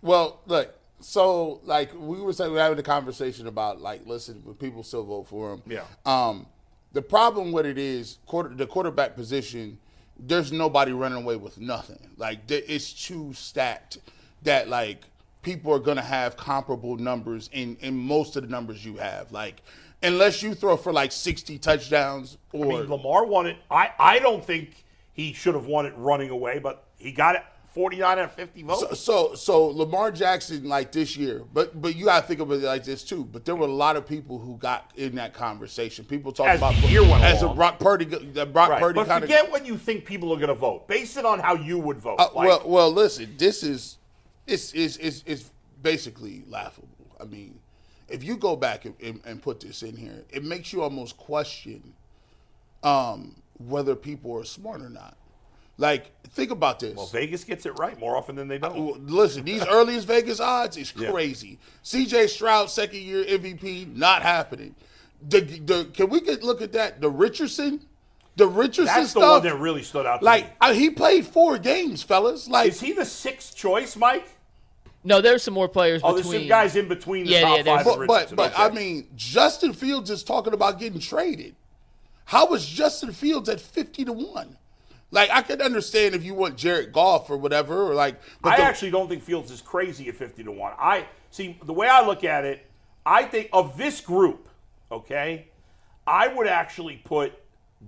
C: Well, look. So, like we were saying, we were having a conversation about like, listen, when people still vote for him.
A: Yeah.
C: Um, the problem with it is quarter the quarterback position. There's nobody running away with nothing. Like th- it's too stacked that like people are gonna have comparable numbers in in most of the numbers you have. Like unless you throw for like 60 touchdowns or
A: I mean, Lamar won it. I I don't think he should have won it running away, but he got it 49 out of 50 votes.
C: So, so, so Lamar Jackson, like this year, but but you gotta think about it like this too. But there were a lot of people who got in that conversation. People talking
A: As
C: about
A: the year went
C: as a
A: along.
C: Brock Purdy, the Brock
A: Right.
C: Purdy
A: But
C: kind
A: forget when you think people are going to vote. Base it on how you would vote.
C: Uh,
A: Like,
C: well, well, listen. This is it's is is is basically laughable. I mean, if you go back and, and, and put this in here, it makes you almost question um, whether people are smart or not. Like, think about this.
A: Vegas gets it right more often than they don't.
C: Uh, Well, Oh, Listen, these earliest Vegas odds is crazy. CJ Stroud, second year MVP, not happening. The, the can we get look at that? The Richardson, the Richardson
A: That's the one
C: stuff.
A: that really stood out to me.
C: like I- he played four games, fellas. Like
A: Is he the sixth choice, Mike?
B: No, there's some more players
A: Oh, there's
B: between.
A: some guys in between the
B: Yeah,
A: top
B: yeah,
A: five.
B: there's-
C: but
A: and
C: but,
A: Richardson.
C: but
A: Okay.
C: I mean, Justin Fields is talking about getting traded. How was Justin Fields at fifty to one? Like I could understand if you want Jared Goff or whatever, or like. But
A: I
C: the-
A: actually don't think Fields is crazy at 50 to 1. I see the way I look at it, I think of this group, okay, I would actually put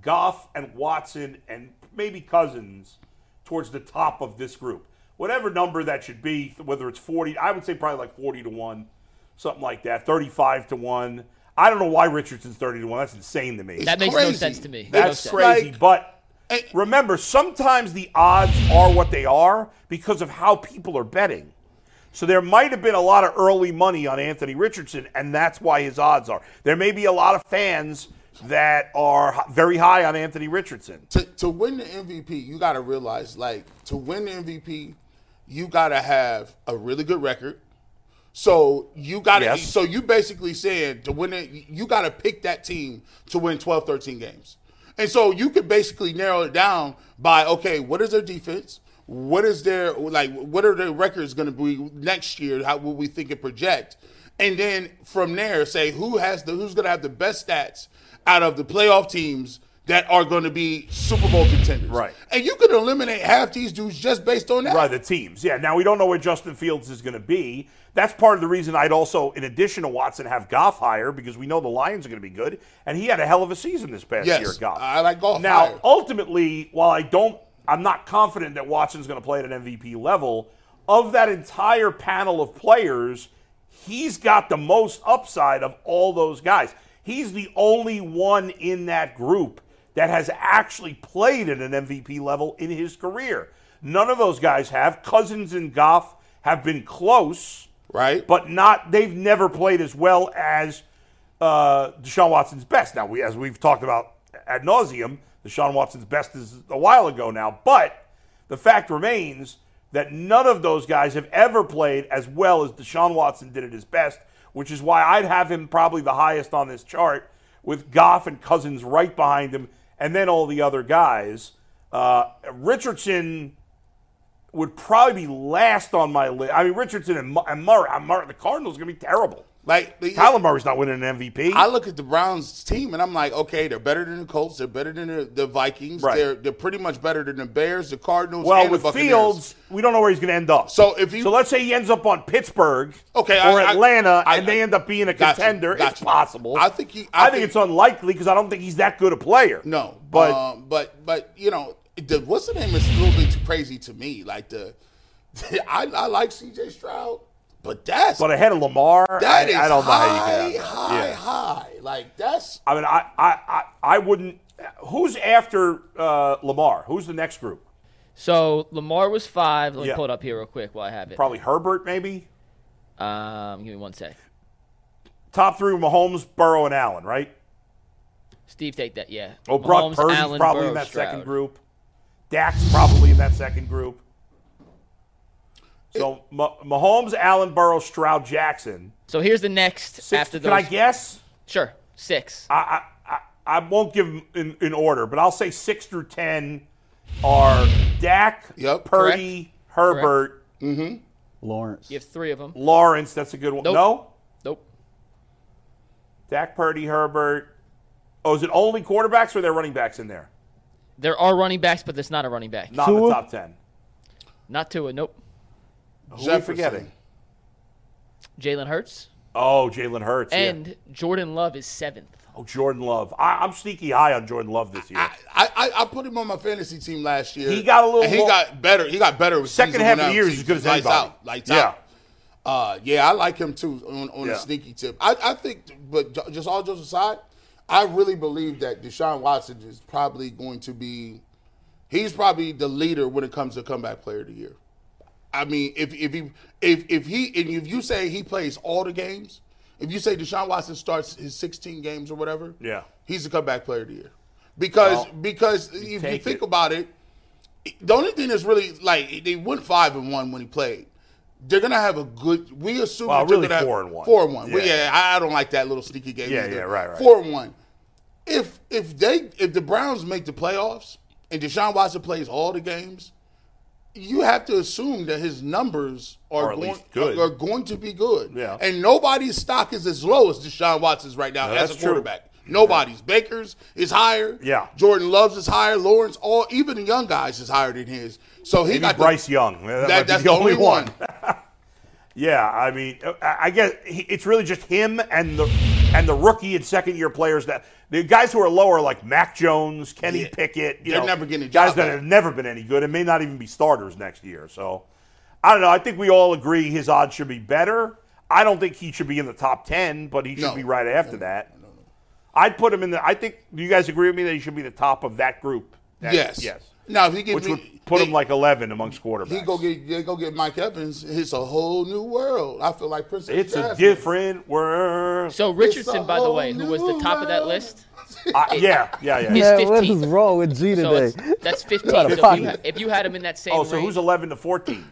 A: Goff and Watson and maybe Cousins towards the top of this group. Whatever number that should be, whether it's 40, I would say probably like 40 to 1, something like that, 35 to 1. I don't know why Richardson's 30 to 1. That's insane to me.
B: That makes no
C: crazy.
B: sense to me.
C: That's
B: no
A: That's
B: sense.
A: crazy.
C: Like-
A: but
C: And-
A: remember, sometimes the odds are what they are because of how people are betting. So there might have been a lot of early money on Anthony Richardson, and that's why his odds are. There may be a lot of fans that are h- very high on Anthony Richardson.
C: to, to win the MVP, you got to realize like to win the MVP, you got to have a really good record. So you got to
A: Yes.
C: so you basically saying to win it, you got to pick that team to win 12, 13 games. And so you could basically narrow it down by okay, what is their defense? What is their like? What are their records going to be next year? How will we think and project? And then from there, say who has the who's going to have the best stats out of the playoff teams that are going to be Super Bowl contenders.
A: Right.
C: And you could eliminate half these dudes just based on that.
A: Right, the teams. Yeah. Now we don't know where Justin Fields is going to be. That's part of the reason I'd also, in addition to Watson, have Goff higher because we know the Lions are going to be good, and he had a hell of a season this past
C: Yes,
A: year. Goff.
C: I like Goff
A: Now,
C: higher.
A: ultimately, while I don't, I'm not confident that Watson's going to play at an MVP level. Of that entire panel of players, he's got the most upside of all those guys. He's the only one in that group that has actually played at an MVP level in his career. None of those guys have. Cousins and Goff have been close,
C: Right.
A: but not. They've never played as well as uh, Deshaun Watson's best. Now, we, as we've talked about ad nauseum, Deshaun Watson's best is a while ago now. But the fact remains that none of those guys have ever played as well as Deshaun Watson did at his best, which is why I'd have him probably the highest on this chart, with Goff and Cousins right behind him, and then all the other guys. Uh, Richardson would probably be last on my list. I mean, Richardson and, Mu- and Murray, and Murray- the Cardinals are going to be terrible.
C: Like the-
A: Kyler Murray's not winning an MVP.
C: I look at the Browns team and I'm like, okay, they're better than the Colts, they're better than the, the Vikings,
A: Right.
C: they're they're pretty much better than the Bears, the Cardinals.
A: well,
C: and
A: with
C: the Buccaneers.
A: Fields, we don't know where he's going to end up.
C: So if you-
A: so let's say he ends up on Pittsburgh,
C: Okay, I-
A: or
C: I-
A: Atlanta,
C: I-
A: and they end up being a
C: Gotcha,
A: contender, it's
C: gotcha.
A: possible.
C: I think he-
A: I,
C: I
A: think,
C: think-
A: it's unlikely because I don't think he's that good a player.
C: no,
A: but
C: but um, but but you know, the, what's the name is a little bit too crazy to me. Like the, I, I like CJ Stroud, but that's
A: but ahead of Lamar,
C: that
A: I,
C: is
A: I don't know how
C: high,
A: you get out. of it.
C: high,
A: Yeah.
C: high. Like that's
A: I mean, I, I, I, I wouldn't. Who's after uh, Lamar? Who's the next group?
B: So Lamar was five. Let me
A: Yeah.
B: pull it up here real quick while I have it.
A: Probably Herbert, maybe.
B: Um, give me one sec.
A: Top three: Mahomes, Burrow, and Allen. Right.
B: Steve, take that. Yeah.
A: Oh, Brock
B: Mahomes,
A: Purdy's
B: Allen,
A: probably
B: Burrow,
A: in that second
B: Stroud.
A: group. Dak's probably in that second group. So Ma- Mahomes, Allen, Burrow, Stroud, Jackson.
B: So here's the next
A: Six,
B: after those.
A: can I Uh, guess?
B: Sure, six.
A: I, I, I I won't give them in, in order, but I'll say six through ten are Dak,
C: Yep.
A: Purdy, Herbert,
D: Lawrence.
B: you have three of them.
A: Lawrence. That's a good one.
B: Nope.
A: No,
B: Nope.
A: Dak, Purdy, Herbert. Oh, is it only quarterbacks or are there running backs in there?
B: There are running backs, but that's not a running back.
A: Not in the
D: Tua?
A: top ten.
B: Not Tua. Nope.
A: Who are we
C: Jefferson.
A: forgetting?
B: Jalen Hurts
A: Oh, Jalen Hurts. yeah.
B: and Jordan Love is seventh.
A: Oh, Jordan Love. I, I'm sneaky high on Jordan Love this year.
C: I, I, I put him on my fantasy team last year.
A: He got a little
C: And he
A: more-
C: got better. He got better. With
A: Second
C: season
A: half of
C: went
A: the
C: out.
A: year, he's as good as
C: lights
A: anybody.
C: out. Lights
A: Yeah.
C: out. Uh, yeah, I like him too on, on
A: Yeah.
C: a sneaky tip. I, I think, but ju- just all jokes aside, I really believe that Deshaun Watson is probably going to be, he's probably the leader when it comes to comeback player of the year. I mean, if if he if if he and if you say he plays all the games, if you say Deshaun Watson starts his 16 games or whatever,
A: Yeah.
C: he's the comeback player of the year. Because
A: Well,
C: because if you
A: take
C: think
A: it.
C: about it, the only thing that's really like they went five and one when he played. They're gonna have a good. We assume
A: Well,
C: that they're
A: really
C: gonna have-
A: four and one.
C: Four and one. Well,
A: Yeah.
C: yeah, I I don't like that little sneaky game.
A: Yeah,
C: either.
A: yeah, right, right.
C: Four and one. If if they if the Browns make the playoffs and Deshaun Watson plays all the games, you have to assume that his numbers
A: Or
C: are
A: at
C: going
A: least good.
C: are going to be good.
A: Yeah.
C: And nobody's stock is as low as Deshaun Watson's right now
A: No,
C: as
A: that's
C: a
A: true.
C: quarterback. Nobody's. Baker's is higher.
A: Yeah.
C: Jordan Love's is higher. Lawrence, all even the young guys is higher than his. So he
A: Maybe
C: got the-
A: Bryce Young. That,
C: that-
A: might be
C: that's
A: the only, one.
C: one.
A: Yeah, I mean, uh, I I guess he- it's really just him and the and the rookie and second year players that the guys who are lower like Mac Jones, Kenny
C: Yeah.
A: Pickett. You
C: They're
A: know,
C: never getting a
A: guys
C: job
A: that
C: back.
A: have never been any good and may not even be starters next year. So I don't know. I think we all agree his odds should be better. I don't think he should be in the top ten, but he should
C: No.
A: be right after that. I'd put him in the. I think. Do you guys agree with me that he should be the top of that group? That-
C: yes.
A: Yes.
C: Now if he gets
A: Which would put him like eleven amongst quarterbacks.
C: he go get they go get Mike Evans. It's a whole new world. I feel like Prince.
A: It's a different world.
B: So Richardson, by the way, who was the top of that list,
A: I- yeah, yeah, yeah.
B: is
D: Man, what is
B: 15th.
D: wrong with G
B: so
D: today?
B: it's, that's 15.
D: Out
B: So
D: of
B: if you,
D: pocket.
B: ha- if you had him in that same
A: Oh, so who's
B: range,
A: 11 to 14?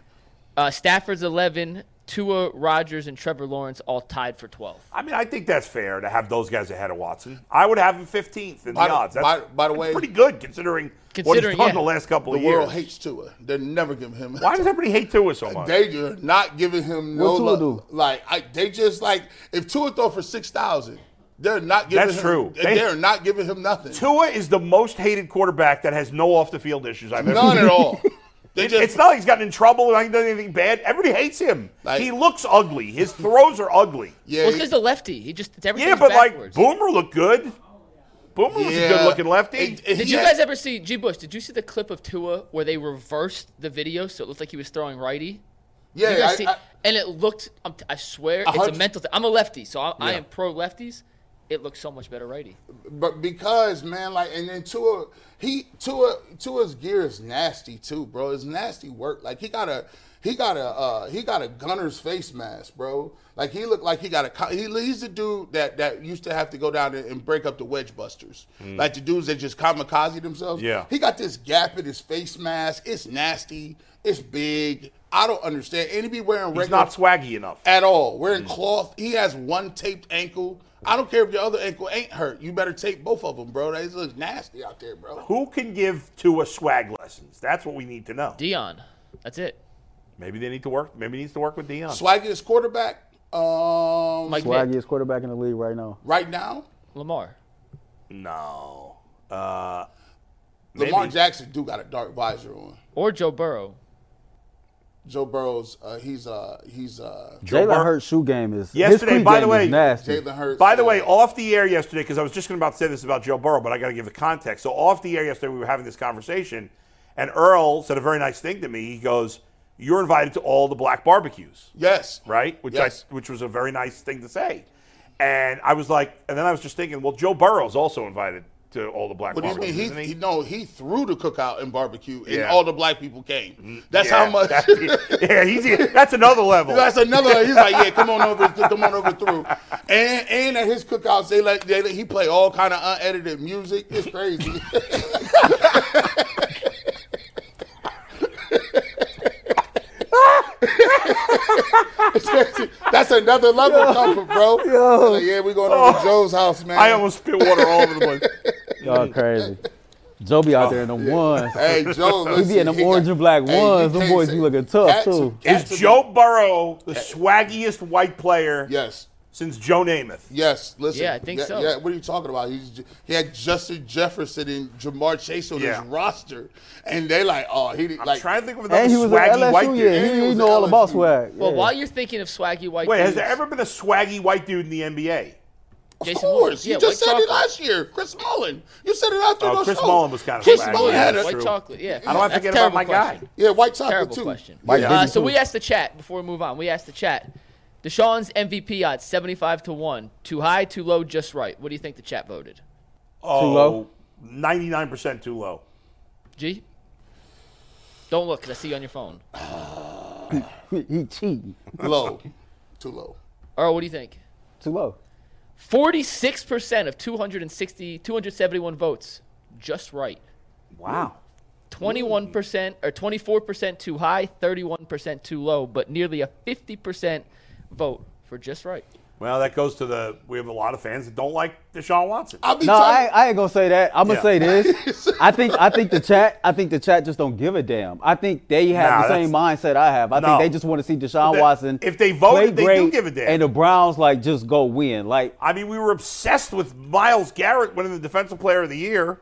B: uh, Stafford's 11, Tua, Rogers, and Trevor Lawrence all tied for 12.
A: I mean, I think that's fair to have those guys ahead of Watson. I would have him 15th in
C: By
A: the
C: the-
A: odds. That's,
C: by- by the
A: that's
C: way-
A: pretty good considering, what he's
B: Considering,
A: done
B: yeah.
A: the last couple
C: The
A: of years.
C: world hates Tua. They're never giving him.
A: Why does everybody hate Tua so much?
C: They are not giving him no
D: What Tua
C: love.
D: do?
C: Like I, they just like if Tua throw for six thousand, they're not giving.
A: That's
C: him,
A: true. They-
C: They, are not giving him nothing.
A: Tua is the most hated quarterback that has no off the field issues I've ever
C: None
A: seen.
C: at all. They just
A: It's not like he's gotten in trouble or he's done anything bad. Everybody hates him.
C: Like-
A: he looks ugly. His throws are ugly.
C: yeah.
B: Well, it's because the lefty. He just it's everything
A: Yeah, but
B: backwards.
A: like Boomer looked good. Boomer was a
C: yeah.
A: good looking lefty.
C: And- and
B: Did
C: he
B: you
C: had-
B: guys ever see G. Bush? Did you see the clip of Tua where they reversed the video so it looked like he was throwing righty?
C: Yeah,
B: You guys
C: I-
B: see-
C: I-
B: and it looked. I'm t- I swear, it's a
C: hundred-
B: mental. thing. I'm a lefty, so I, I
C: Yeah.
B: am pro lefties. It looks so much better righty.
C: but because man, like, and then Tua, he Tua Tua's gear is nasty too, bro. It's nasty work. Like he got a he got a uh, he got a gunner's face mask, bro. Like he looked like he got a co- he, he's the dude that that used to have to go down and, and break up the wedge busters, like the dudes that just kamikaze themselves.
A: Mm. Yeah.
C: he got this gap in his face mask. It's nasty. It's big. I don't understand. And he be wearing
A: he's
C: regular
A: not swaggy enough.
C: at all.
A: Mm.
C: Wearing cloth. He has one taped ankle. I don't care if your other ankle ain't hurt. You better tape both of them, bro. That looks nasty out there, bro.
A: Who can give Tua swag lessons? That's what we need to know.
B: Dion, that's it.
A: Maybe they need to work. Maybe he needs to work with Dion.
C: Swaggiest quarterback um,
B: Mike Vick,
D: Swaggiest quarterback in the league right now.
C: right now.
B: Lamar.
A: No. Uh,
C: Lamar
A: Maybe.
C: Jackson do got a dark visor on.
B: or Joe Burrow.
C: Joe Burrow's uh, he's uh he's uh
D: Jalen
A: Burrow-
D: Hurts' shoe game is. his
A: Yesterday, by
D: pregame
A: the way-
D: is nasty.
C: Jalen Hurts.
A: by the way,
C: uh,
A: off the air yesterday, because I was just going about to say this about Joe Burrow, but I got to give the context. So off the air yesterday, we were having this conversation, and Earl said a very nice thing to me. He goes, "You're invited to all the black barbecues."
C: yes.
A: right? Which
C: Yes.
A: I, which was a very nice thing to say. And I was like, and then I was just thinking, well, Joe Burrow's also invited to all the black
C: What do you mean?
A: barbecues,
C: He,
A: isn't
C: he- no, he threw the cookout and barbecue, and
A: Yeah. Mm.
C: all the black people came. That's
A: Yeah,
C: how much.
A: that- yeah, he's that's another level.
C: That's another. He's like, yeah, come on over, come on over through. And and at his cookouts, they like they he play all kind of unedited music. It's crazy. That's another level of comfort, bro. Like, yeah, we going over
D: Oh.
C: to Joe's house, man.
A: I almost spit water all over the place.
D: Y'all crazy. Joe be out there in the ones.
C: Hey, Joe,
D: He
C: listen,
D: be in them orange and black
C: Hey, you
D: ones. Them
C: can't
D: boys
C: say-
D: be looking tough,
C: Cats-
D: too.
C: cats
A: Is
C: are-
A: Joe Burrow the swaggiest white player
C: Yes.
A: since Joe Namath?
C: Yes, listen.
B: Yeah, I think so.
C: Yeah, what are you talking about? He's, ju- he had Justin Jefferson and Jamar Chase on
A: Yeah.
C: his roster, and they like, oh, he did,
A: I'm
C: like.
A: trying to think of another
D: And he was at
A: swaggy white
D: LSU,
A: dude.
D: yeah.
C: And
D: He,
C: he
D: he
C: was
D: know
C: at
D: all about
C: LSU.
D: swag.
B: Well,
D: yeah.
B: while you're thinking of swaggy white
A: Wait, has
B: dudes,
A: there ever been a swaggy white dude in the NBA?
C: Of
B: Jason Mullen.
C: course.
B: Yeah,
C: you just
B: white
C: said it
B: chocolate.
C: last year. Chris Mullen. You said it after
A: Oh,
C: those
A: Chris
C: shows.
A: Mullen was kind of
C: Chris
A: swag,
C: Mullen
A: yeah.
C: had a
A: That's
B: White
A: true.
B: chocolate. Yeah.
A: I don't have to
B: That's
A: forget
B: a
A: about my
B: terrible question.
A: guy.
C: Yeah, white chocolate
B: Terrible
C: too.
B: question.
C: White
B: Uh,
C: chocolate.
B: so we asked the chat before we move on. We asked the chat. Deshaun's MVP odds 75 to 1. Too high, too low, just right. What do you think the chat voted?
A: Oh,
D: low?
A: 99% too low.
B: G? Don't look 'cause I see you on your phone.
D: he cheating.
C: low. Too low.
B: Earl, what do you think?
D: Too low.
B: 46% of 260, 271 votes. Just right.
D: Wow.
B: 21% or 24% too high, 31% too low, but nearly a 50% vote for just right.
A: Well, that goes to the. We have a lot of fans that don't like Deshaun Watson.
C: I'll be
D: No, I,
C: trying.
D: I ain't gonna say that. I'm gonna
A: Yeah.
D: say this. I think I think the chat I think the chat just don't give a damn. I think they
A: Nah,
D: have the same mindset I have. I
A: No.
D: think they just want to see Deshaun
A: But that-
D: Watson.
A: if they voted,
D: play
A: they do
D: great,
A: give a damn.
D: And the Browns like just go win. Like
A: I mean, we were obsessed with Miles Garrett winning the Defensive Player of the Year.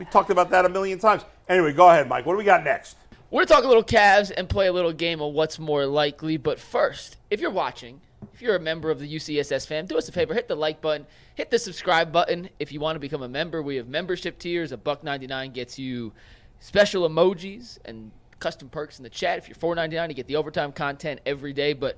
A: We talked about that a million times. Anyway, go ahead, Mike. What do we got next?
B: We're gonna talk a little Cavs and play a little game of what's more likely. But first, if you're watching, if you're a member of the UCSS fam, do us a favor: hit the like button, hit the subscribe button. If you want to become a member, we have membership tiers. A buck ninety nine gets you special emojis and custom perks in the chat. If you're four ninety nine, you get the overtime content every day. But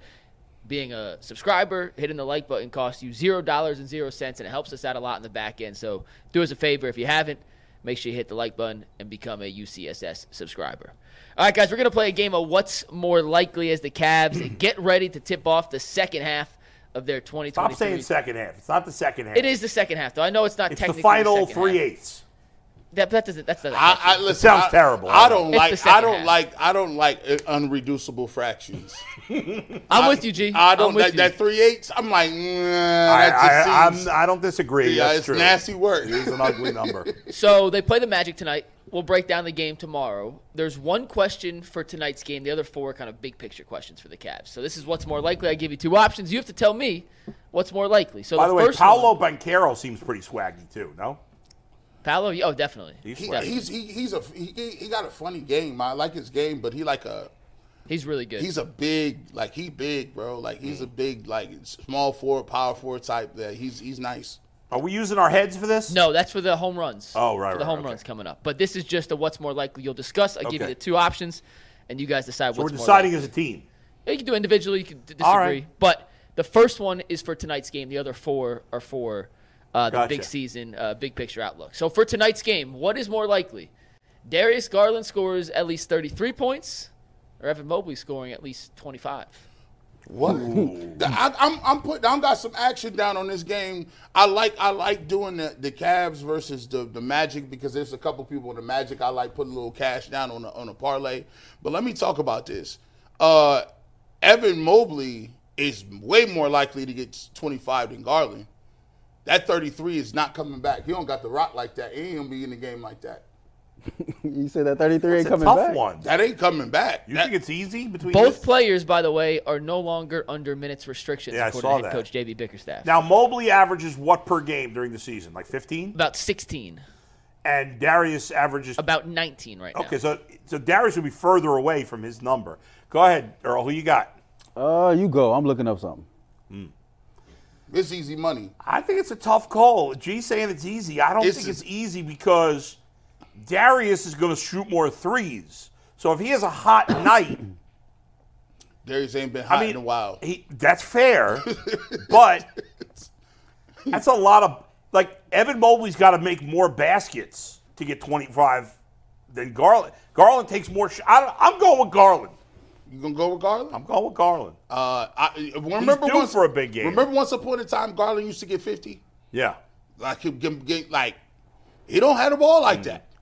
B: being a subscriber, hitting the like button costs you zero dollars and zero cents, and it helps us out a lot in the back end. So do us a favor if you haven't, make sure you hit the like button and become a UCSS subscriber. All right, guys, we're gonna play a game of what's more likely as the Cavs get ready to tip off the second half of their 2023.
A: Stop saying second half. It's not the second half.
B: It is the second half, though. I know it's not
A: It's the
B: technically
A: final
B: second
A: three
B: half.
A: eighths.
B: That, that doesn't. That's not.
C: I, I, listen,
A: sounds
C: I-
A: terrible.
C: I don't
B: It's the
C: like.
B: second
C: I don't
B: half.
C: like. I don't like uh, unreducible fractions.
B: I'm with you, G.
C: I don't
B: am with
C: like
B: you.
C: that three eights. I'm like, nah,
A: I,
C: that
A: I,
C: just
A: I'm,
C: seems.
A: I don't disagree.
C: yeah,
A: That's
C: it's
A: true.
C: nasty work.
A: It is an ugly number.
B: So they play the Magic tonight. We'll break down the game tomorrow. There's one question for tonight's game. The other four are kind of big picture questions for the Cavs. So this is what's more likely. I give you two options. You have to tell me what's more likely. So
A: By
B: the,
A: the way,
B: first
A: Paolo
B: one,
A: Banquero seems pretty swaggy too. No,
B: Paolo, yeah, oh definitely.
A: he's
C: He,
A: swaggy.
C: he's he, he's a he, he- he got a funny game. I like his game, but he like a
B: He's really good.
C: he's a big like he big bro. Like he's
A: Mm.
C: a big like small forward, power forward type. That he's he's nice.
A: Are we using our heads for this?
B: no, that's for the home runs.
A: Oh, right,
B: for the
A: right,
B: home
A: okay.
B: runs coming up. But this is just a what's more likely. You'll discuss. I give you
A: Okay.
B: the two options, and you guys decide
A: So we're
B: what's more
A: deciding
B: likely.
A: as a team.
B: You can do individually. You can d- disagree.
A: All right.
B: But the first one is for tonight's game. The other four are for uh, the
A: Gotcha.
B: big season, uh, big picture outlook. So for tonight's game, what is more likely? Darius Garland scores at least 33 points, or Evan Mobley scoring at least 25.
C: What? I, I'm I'm putting I'm got some action down on this game. I like I like doing the the Cavs versus the the Magic because there's a couple people in the Magic I like putting a little cash down on a, on a parlay. But let me talk about this. Uh, Evan Mobley is way more likely to get 25 than Garland. That 33 is not coming back. He don't got the rock like that. He ain't gonna be in the game like that.
D: you said that 33
A: It's
D: ain't
A: a
D: coming
A: tough
D: back.
A: one.
C: That ain't coming back.
A: You
C: That-
A: think it's easy between
B: Both
A: these?
B: players, by the way, are no longer under minutes restrictions,
A: Yeah, I
B: according
A: saw
B: to head
A: that.
B: coach JB Bickerstaff.
A: Now Mobley averages what per game during the season? Like 15?
B: about 16,
A: And Darius averages
B: about 19 right now.
A: Okay, so so Darius would be further away from his number. Go ahead, Earl, who you got?
D: Oh, you go. I'm looking up something.
C: it's easy money.
A: I think it's a tough call. G's saying it's easy. I don't
C: It's-
A: think it's easy because Darius is going to shoot more threes. So if he has a hot night,
C: Darius ain't been hot
A: I mean,
C: in a while.
A: he- that's fair, but that's a lot of like Evan Mobley's got to make more baskets to get 25 than Garland. Garland takes more. Sh- I don't, I'm going with Garland.
C: You gonna go with Garland?
A: I'm going with Garland.
C: Uh, I, remember
A: due
C: once
A: for a big game.
C: Remember once upon a time Garland used to get fifty.
A: Yeah.
C: Like he get, get- like he don't have the ball like that.
D: Mm.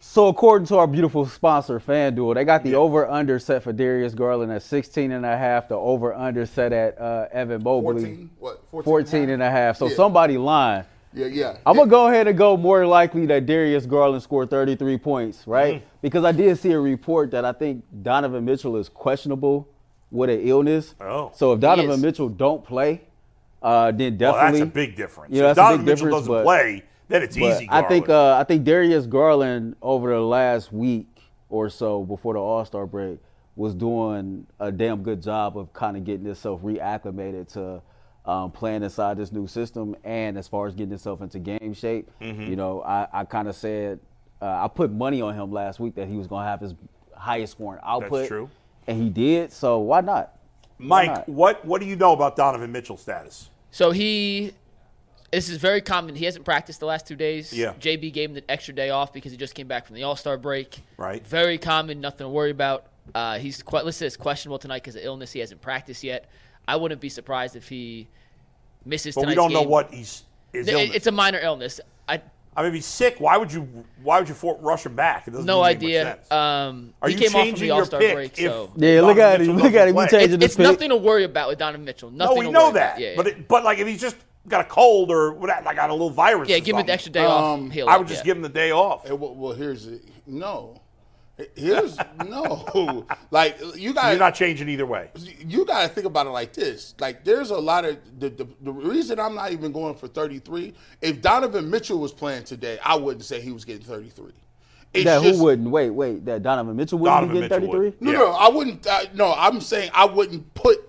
D: So according to our beautiful sponsor, FanDuel, they got the over-under set for Darius Garland at 16 and a half, the over-under set at uh, Evan Mobley.
C: Fourteen, what?
D: 14 and a half. So
C: Yeah.
D: somebody lying.
C: Yeah, yeah.
D: I'm gonna go ahead and go more likely that Darius Garland scored 33 points, right?
A: Mm-hmm.
D: Because I did see a report that I think Donovan Mitchell is questionable with an illness.
A: Oh.
D: So if
B: is.
D: Donovan Mitchell don't play, uh, then
A: Well, that's
D: definitely.
A: a big difference.
D: Yeah,
A: if
D: that's a
A: Donovan
D: big
A: Mitchell
D: difference,
A: doesn't
D: but-
A: play, then it's
D: But
A: easy.
D: I think
A: Garland.
D: uh, I think Darius Garland over the last week or so before the All Star break was doing a damn good job of kind of getting himself reacclimated to um, playing inside this new system and as far as getting himself into game shape.
A: Mm-hmm.
D: You know, I, I kind of said uh, I put money on him last week that he was going to have his highest scoring output.
A: true.
D: And he did, so why not?
A: Mike,
D: not?
A: what what do you know about Donovan Mitchell's status?
B: So he, this is very common. He hasn't practiced the last two days.
A: Yeah.
B: JB gave him an extra day off because he just came back from the All Star break.
A: Right.
B: Very common. Nothing to worry about. Uh, he's quite. Let's say it's questionable tonight because of illness. He hasn't practiced yet. I wouldn't be surprised if he misses.
A: But we
B: tonight's
A: don't know
B: game.
A: what he's is.
B: It- It's a minor illness. I
A: I mean, if he's sick, why would you why would you for, rush him back? It doesn't
B: no
A: even make much
B: idea.
A: sense.
B: Um,
A: Are
B: he
A: you
B: came off from
A: changing
B: the
A: your
B: All Star
A: pick
B: break,
A: if
B: so
D: Yeah, look
A: Donovan
D: at him.
A: Mitchell
D: Look at
A: doesn't
D: him. You
A: play?
D: changing
B: it's
D: his pick.
B: nothing to worry about with Donovan Mitchell.
A: No,
B: Nothing.
A: we
B: to
A: know
B: worry about.
A: that.
B: Yeah,
A: But
B: yeah.
A: it, but like if he's just got a cold or what, like got a little virus.
B: yeah,
A: or
B: give him an
A: something,
B: extra day off.
C: Um,
B: he'll
A: I
B: up,
A: would just
B: yeah.
A: give him the day off.
C: Hey, well, well, here's the, no. Here's no. Like you guys,
A: You're not changing either way.
C: you got to think about it like this. Like, there's a lot of the, the the reason I'm not even going for 33. If Donovan Mitchell was playing today, I wouldn't say he was getting 33. It's
D: That
C: just-
D: who wouldn't? Wait, wait. That Donovan Mitchell wouldn't
A: Donovan
D: be getting
A: Mitchell would.
C: No,
D: 33?
A: Yeah.
C: no, I wouldn't. Uh, no, I'm saying I wouldn't put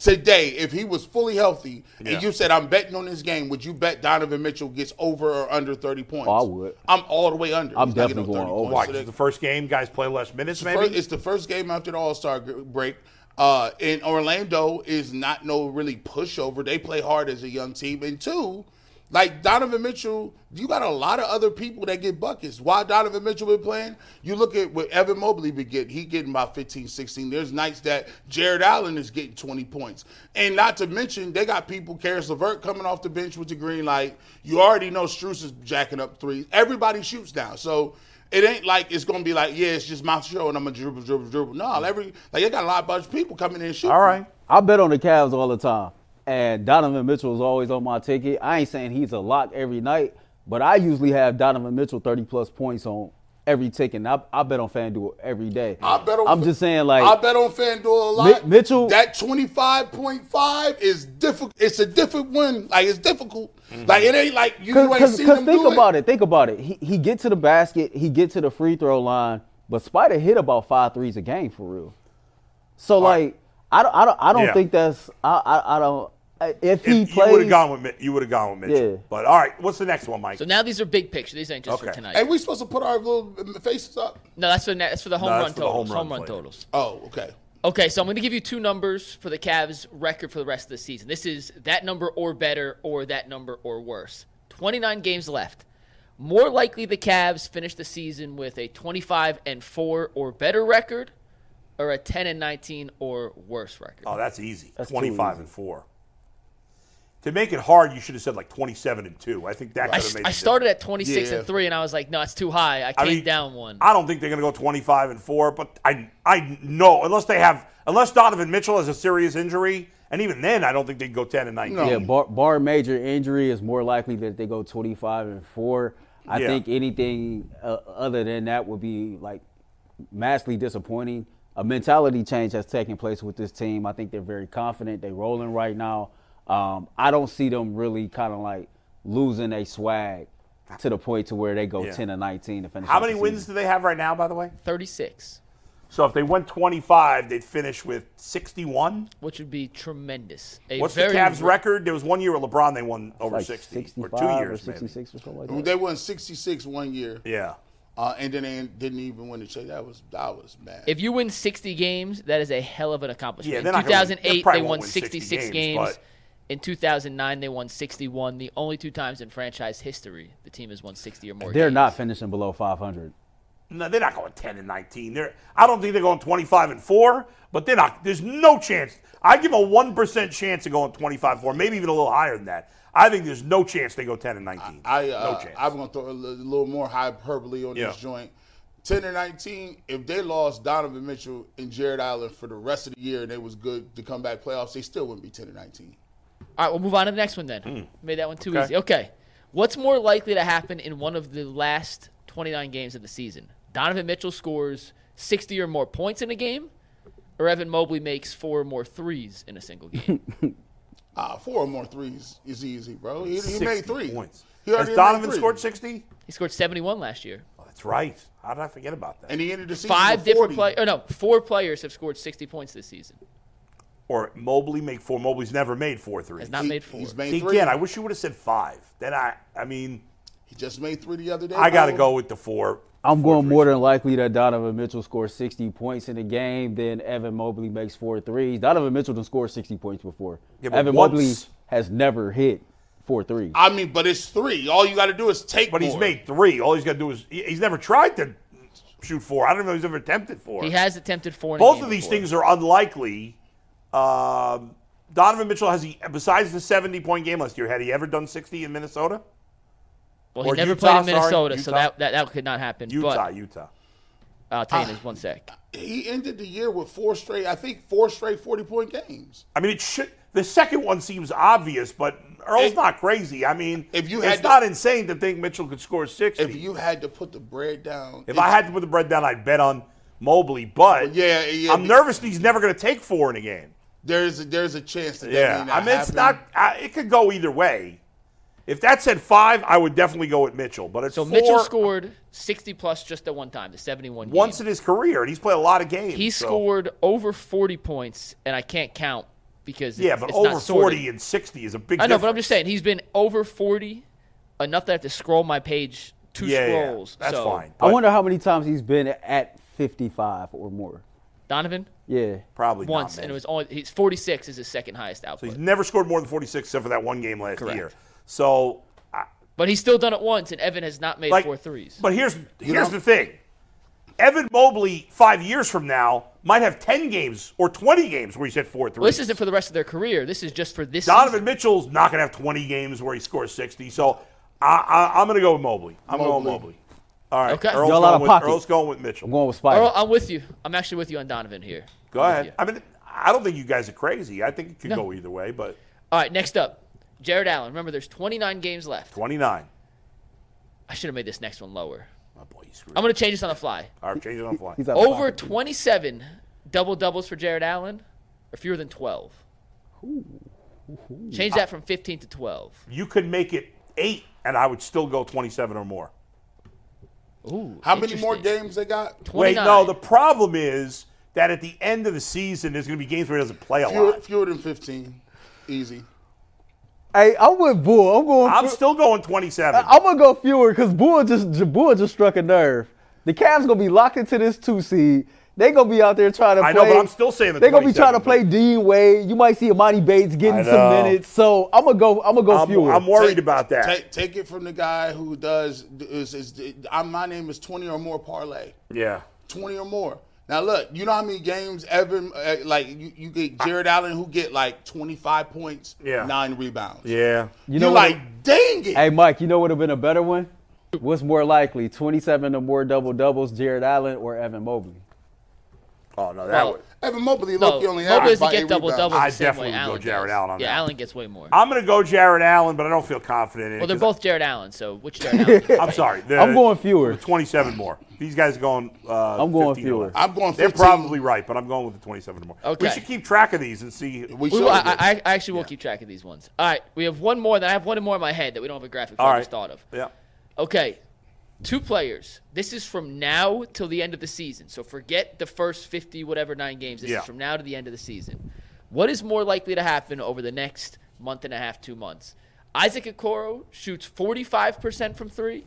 C: today if he was fully healthy.
A: Yeah.
C: And you said I'm betting on this game. Would you bet Donovan Mitchell gets over or under 30 points?
D: Oh, I would.
C: I'm all the way under.
D: I'm
C: He's not
D: definitely
C: getting no
D: going
C: 30
D: over.
A: Why?
C: points
A: 'Cause
C: today.
A: it's the first game, guys play less minutes,
C: First-
A: maybe.
C: it's the first game after the All Star break. Uh, and Orlando is not no really pushover. They play hard as a young team. And two, like Donovan Mitchell, you got a lot of other people that get buckets. Why Donovan Mitchell been playing? You look at what Evan Mobley been getting. He getting about 15, 16. There's nights that Jared Allen is getting 20 points. And not to mention, they got people, Karis LeVert coming off the bench with the green light. You already know Struce is jacking up threes. Everybody shoots now. So it ain't like it's gonna be like, yeah, it's just my show and I'm gonna dribble, dribble, dribble. No, every like they got a lot bunch of people coming in and shooting.
A: All right.
D: I bet on the Cavs all the time. And Donovan Mitchell is always on my ticket. I ain't saying he's a lock every night, but I usually have Donovan Mitchell 30 plus points on every ticket. And I, I bet on FanDuel every day.
C: I bet on
D: I'm just saying, like,
C: I bet on FanDuel a lot.
D: Mi- Mitchell-
C: that twenty five point five is difficult. It's a difficult one. Like it's difficult.
D: Mm-hmm.
C: Like it ain't like you, you ain't
D: Because
C: seen them
D: think
C: do
D: about it. Think about it. He, he get to the basket. He get to the free throw line. But Spider hit about five threes a game for real. So like I don't I don't I don't
A: Yeah.
D: think that's I I, I don't I- if
A: If
D: he
A: you would
D: plays
A: have gone with Mi- you would have gone with Mitchell.
D: Yeah.
A: But all right, what's the next one, Mike?
B: So now these are big picture. These ain't just for
A: Okay.
B: tonight.
C: Hey, we supposed to put our little faces up?
B: No, that's for na- that's for the home
A: No, that's
B: run
A: for the home
B: totals.
A: run
B: Home run,
A: play.
B: totals.
C: Oh, okay.
B: Okay, so I'm going to give you two numbers for the Cavs record for the rest of the season. This is that number or better, or that number or worse. 29 games left. More likely the Cavs finish the season with a 25 and four or better record, or a 10 and 19 or worse record.
A: oh, that's easy.
D: That's too
A: Twenty-five
D: easy.
A: and four. To make it hard, you should have said like twenty-seven and two. I think that could
B: I,
A: have
B: s-
A: made.
B: I
A: it
B: started at 26
C: Yeah.
B: and three, and I was like, no, it's too high. I
A: I
B: came
A: mean,
B: down one.
A: I don't think they're going to go 25 and 4, but I I know unless they have unless Donovan Mitchell has a serious injury, and even then I don't think they can go 10 and 19.
D: yeah bar, bar major injury is more likely that they go 25 and 4. I
A: Yeah.
D: think anything uh, other than that would be like massively disappointing. A mentality change has taken place with this team. I think they're very confident. They're rolling right now. Um, I don't see them really kind of like losing a swag to the point to where they go
A: Yeah.
D: 10 and 19 to finish.
A: How
D: out
A: many
D: the
A: wins
D: season.
A: do they have right now by the way?
B: 36,
A: So if they went 25, they'd finish with 61.
B: which would be tremendous. A
A: What's the
B: very
A: Cavs
B: re-
A: record? There was one year with LeBron they won over
D: Like
A: 60 or
D: 65
A: 2 years
D: or 66
A: maybe.
D: or something like that.
C: They won sixty six one year,
A: Yeah.
C: uh, and then they didn't even win the championship. That was that was bad.
B: If you win 60 games, that is a hell of an
A: Yeah,
B: accomplishment.
A: they're
B: in
A: not gonna win- they
B: 2008,
A: probably
B: they
A: won't
B: won
A: win 60
B: 66 games.
A: games, but-
B: In 2009, they won 61. The only two times in franchise history the team has won 60 or more.
D: They're
B: games.
D: not finishing below 500.
A: No, they're not going 10 and 19. They're I don't think they're going 25 and 4, but they're not there's no chance. I give a 1% chance of going 25 4, maybe even a little higher than that. I think there's no chance they go 10 and 19.
C: I uh,
A: no chance.
C: I'm gonna throw a li- little more hyperbole on this
A: Yeah.
C: joint. Ten or nineteen, if they lost Donovan Mitchell and Jared Allen for the rest of the year and they was good to come back playoffs, they still wouldn't be ten or nineteen.
B: All right, we'll move on to the next one then.
A: Hmm.
B: Made that one too easy. Okay. What's more likely to happen in one of the last 29 games of the season? Donovan Mitchell scores 60 or more points in a game, or Evan Mobley makes four or more threes in a single game?
C: Ah, four or more threes is easy, bro. He, he
A: 60
C: made three.
A: points.
C: He
A: Has
C: already made
A: Donovan
C: three.
A: scored 60?
B: he scored 71 last year.
A: Oh, that's right. How did I forget about that?
C: and he ended the season
B: five
C: with 40.
B: different players. Oh no, four players have scored 60 points this season.
A: or Mobley make four. Mobley's never made four threes.
B: Has not
C: He-
B: made four.
C: He's made
A: See,
C: three.
A: again, I wish you would have said five. Then I, I mean,
C: he just made three the other day. Oh.
A: I got to
C: bro.
A: go with the four.
D: I'm going more than likely that Donovan Mitchell scores 60 points in the game, then Evan Mobley makes four threes. Donovan Mitchell done scored 60 points before.
A: Yeah, but
D: Evan
A: once-
D: Mobley has never hit four threes.
C: I mean, but it's three. All you got to do is take.
A: But he's
C: more.
A: made three. All he's got to do is he- he's never tried to shoot four. I don't even know if he's ever attempted four.
B: He has attempted four. in a
A: Both
B: game
A: of these
B: before.
A: things are unlikely. Um, Donovan Mitchell has he besides the seventy-point game last year, had he ever done sixty in Minnesota?
B: Well, he
A: or
B: never
A: Utah,
B: played in Minnesota,
A: sorry,
B: so
A: Utah.
B: that, that that could not happen.
A: Utah,
B: But
A: Utah.
B: I'll tell you this one sec.
C: He ended the year with four straight. I think four straight forty-point games.
A: I mean, it should. The second one seems obvious, but Earl's
C: If-
A: not crazy. I mean,
C: if you
A: it's
C: had to-
A: not insane to think Mitchell could score sixty.
C: If you had to put the bread down,
A: If I had to put the bread down, I'd bet on Mobley. But
C: Well, yeah, yeah,
A: I'm
C: be-
A: nervous that he's never going to take four in a game.
C: there's a, there's a chance that that
A: Yeah,
C: may not
A: I mean, it's
C: happen.
A: not. I, it could go either way. If that said five, I would definitely go with Mitchell. But it's
B: So
A: four,
B: Mitchell scored 60 plus just at one time, the 71. game.
A: once in his career, and he's played a lot of games.
B: he
A: so-
B: scored over 40 points, and I can't count because it's,
A: Yeah, but
B: it's
A: over
B: not sorted.
A: 40 and 60 is a big.
B: I know, but I'm
A: difference.
B: just saying he's been over 40 enough that I have to scroll my page two
A: Yeah, yeah,
B: scrolls.
A: that's
B: so,
A: fine.
D: I
A: But
D: wonder how many times he's been at 55 or more.
B: Donovan
D: Yeah.
A: probably not,
B: once,
A: man.
B: and it was only he's 46 is his second highest output.
A: He's never scored more than 46 except for that one game last
B: Correct.
A: year. So
B: but he's still done it once, and Evan has not made four threes.
A: But here's here's
C: know-
A: the thing. Evan Mobley five years from now might have ten games or twenty games where he's hit four threes.
B: well, this isn't for the rest of their career. This is just for this.
A: Donovan
B: season.
A: Mitchell's not going to have twenty games where he scores sixty. So I, I, I'm going to go with Mobley. I'm going with
C: Mobley.
A: Mobley. All right,
B: Okay.
A: Earl's,
D: Y'all out
A: going
D: of
A: with,
D: pocket.
A: Earl's going with Mitchell.
D: I'm going with Spider.
A: Oh,
B: Earl, I'm with you. I'm actually with you on Donovan here.
A: go
B: I'm with
A: ahead.
B: you.
A: I mean, I don't think you guys are crazy. I think it could
B: No.
A: go either way, but
B: All right, next up, Jared Allen. Remember, there's 29 games left.
A: twenty-nine.
B: I should have made this next one lower.
A: My boy, you screwed.
B: I'm going to change this on the fly.
A: All right, change it on the fly.
D: He's out of
B: Over
D: pocket.
B: 27 double doubles for Jared Allen, or fewer than 12. Change that from 15 to 12.
A: You could make it eight, and I would still go twenty-seven or more.
B: Ooh,
C: How many more
B: interesting.
C: games they got?
B: 29.
A: Wait, no. The problem is that at the end of the season, there's going to be games where he doesn't play a
C: Fewer,
A: lot.
C: fewer than fifteen, easy.
D: Hey, I'm with Bull. I'm going.
A: I'm
D: fe-
A: still going 27.
D: I'm gonna go fewer because Bull just J- Bull just struck a nerve. The Cavs gonna be locked into this two seed. They gonna be out there trying to.
A: I know,
D: play.
A: but I'm still saying the
D: they gonna be
A: 27,
D: trying to play
A: but-
D: Dean Wade. You might see Amani Bates
A: I
D: getting some
A: know.
D: minutes. So I'm gonna go. I'm gonna go
A: I'm,
D: fewer.
A: I'm worried
C: Take-
A: about that.
C: Take, take it from the guy who does. Is, is, I'm, my name is twenty or more parlay.
A: yeah.
C: 20 or more. Now look, you know how many games Evan uh, like you, you get Jared Allen who get like 25 points,
A: Yeah.
C: 9 rebounds.
A: Yeah.
C: You
D: know
C: are
D: what-
C: like, "Dang it."
D: Hey, Mike, you know what would have been a better one? What's more likely, 27 or more double doubles, Jared Allen or Evan Mobley?
A: Oh, no, that
B: Well,
A: would.
C: Evan Mobley
B: No,
C: look, you only had
B: Mobley doesn't
C: about
B: get
C: eight
B: double doubles.
A: I
B: the same
A: definitely
B: way
A: would go
B: Allen
A: Jared
B: does.
A: Allen on
B: yeah,
A: that.
B: Allen gets way more.
A: I'm going to go Jared Allen, but I don't feel confident in it.
B: well, they're
A: 'cause
B: both Jared Allen, so which Jared Allen?
A: I- I'm sorry. the-
D: I'm going fewer.
A: the 27 more. These guys are going. Uh,
D: I'm going
A: 15 or
D: fewer.
A: less.
C: I'm going
A: They're
C: 15.
A: probably right, but I'm going with the 27 or more.
B: Okay.
A: We should keep track of these and see.
C: We
B: We
C: should
B: will- I, I, I actually will keep track of these ones. All right, we have one more. Then I have one more in my head that we don't have a graphic for.
A: All
B: I
A: right.
B: just thought of.
A: Yeah.
B: Okay, two players. This is from now till the end of the season. So forget the first 50, whatever, nine games. This
A: Yeah.
B: is from now to the end of the season. What is more likely to happen over the next month and a half, two months? Isaac Okoro shoots 45% from three,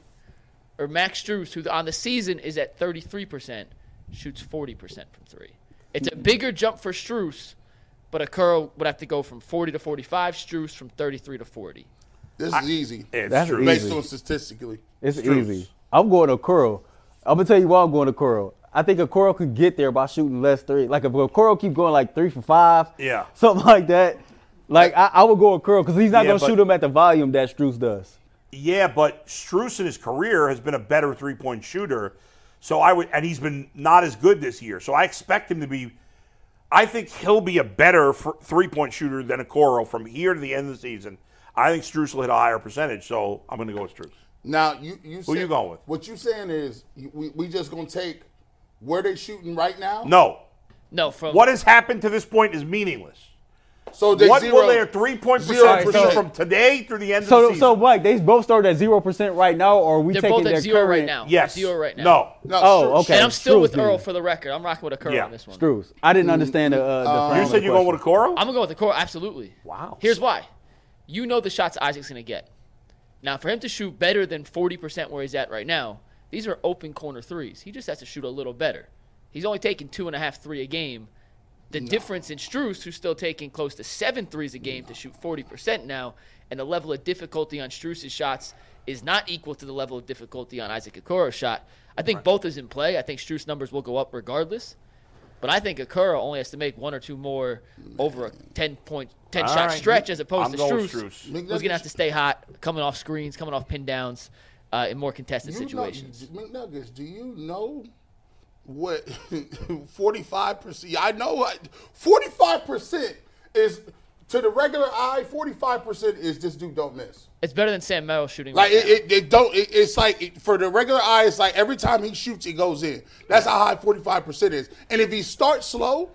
B: or Max Struess, who on the season is at 33%, shoots 40% from three. It's a bigger jump for Struess, but Okoro would have to go from 40 to 45, Struess from 33 to 40.
C: This is easy.
A: It's
D: That's
A: true.
C: Based
D: easy.
C: on statistically.
D: It's
A: Struce.
D: easy. I'm going to Curl. I'm gonna tell you why I'm going to Curl. I think a Curl could get there by shooting less three. Like if a Curl keep going like three for five,
A: Yeah.
D: something like that. Like I, I would go a Curl because he's not
A: Yeah,
D: gonna
A: but-
D: shoot him at the volume that Struce does.
A: Yeah, but Struess in his career has been a better three point shooter. So I would, and he's been not as good this year. So I expect him to be. I think he'll be a better three point shooter than Okoro from here to the end of the season. I think Struess will hit a higher percentage. So I'm going to go with Struess.
C: Now you you
A: Who you going with?
C: What you saying is you- we we just going to take where they shooting right now?
A: No,
B: No, from
A: what has happened to this point is meaningless.
C: So they
A: what
C: zero-
A: will their three point
C: zero
A: percent be
C: percent.
A: from today through the end of the
D: So,
A: season?
D: so Mike, they both started at zero percent right now, or are we
B: They're
D: taking
B: both
D: their
B: at zero
D: current
B: right now.
A: yes,
B: Zero right now.
A: No,
C: No,
D: Oh,
C: Stru-
D: okay.
B: And I'm still
D: Struis
B: with
D: then.
B: Earl for the record. I'm rocking with a curl
A: Yeah.
B: on this one.
D: Struis. I didn't understand the. Uh, the frame
A: You
D: of
A: said
D: the
A: you're going with
D: question.
A: Okoro?
B: I'm gonna go with the core, absolutely.
A: Wow.
B: Here's why. You know the shots Isaac's gonna get. Now, for him to shoot better than 40% where he's at right now, these are open corner threes. He just has to shoot a little better. He's only taking two and a half, three a game. The difference in Struess, who's still taking close to seven threes a game to shoot 40% now, and the level of difficulty on Struess's shots is not equal to the level of difficulty on Isaac Okoro's shot. I think both is in play. I think Struess numbers will go up regardless. But I think Okura only has to make one or two more over a 10 point, 10
A: All
B: shot
A: right.
B: stretch as opposed
A: I'm
B: to
A: going with
B: Struess,
A: Strus.
B: who's going to have to stay hot, coming off screens, coming off pin downs uh, in more contested
C: You know-
B: situations.
C: McNuggets, do you know what 45%? I know what 45% is to the regular eye, 45% is this dude don't miss.
B: It's better than Sam Merrill shooting
C: Like
B: right
C: it, it, it don't it, it's like it, for the regular eye, it's like every time he shoots, it goes in. That's how high 45% is. And if he starts slow,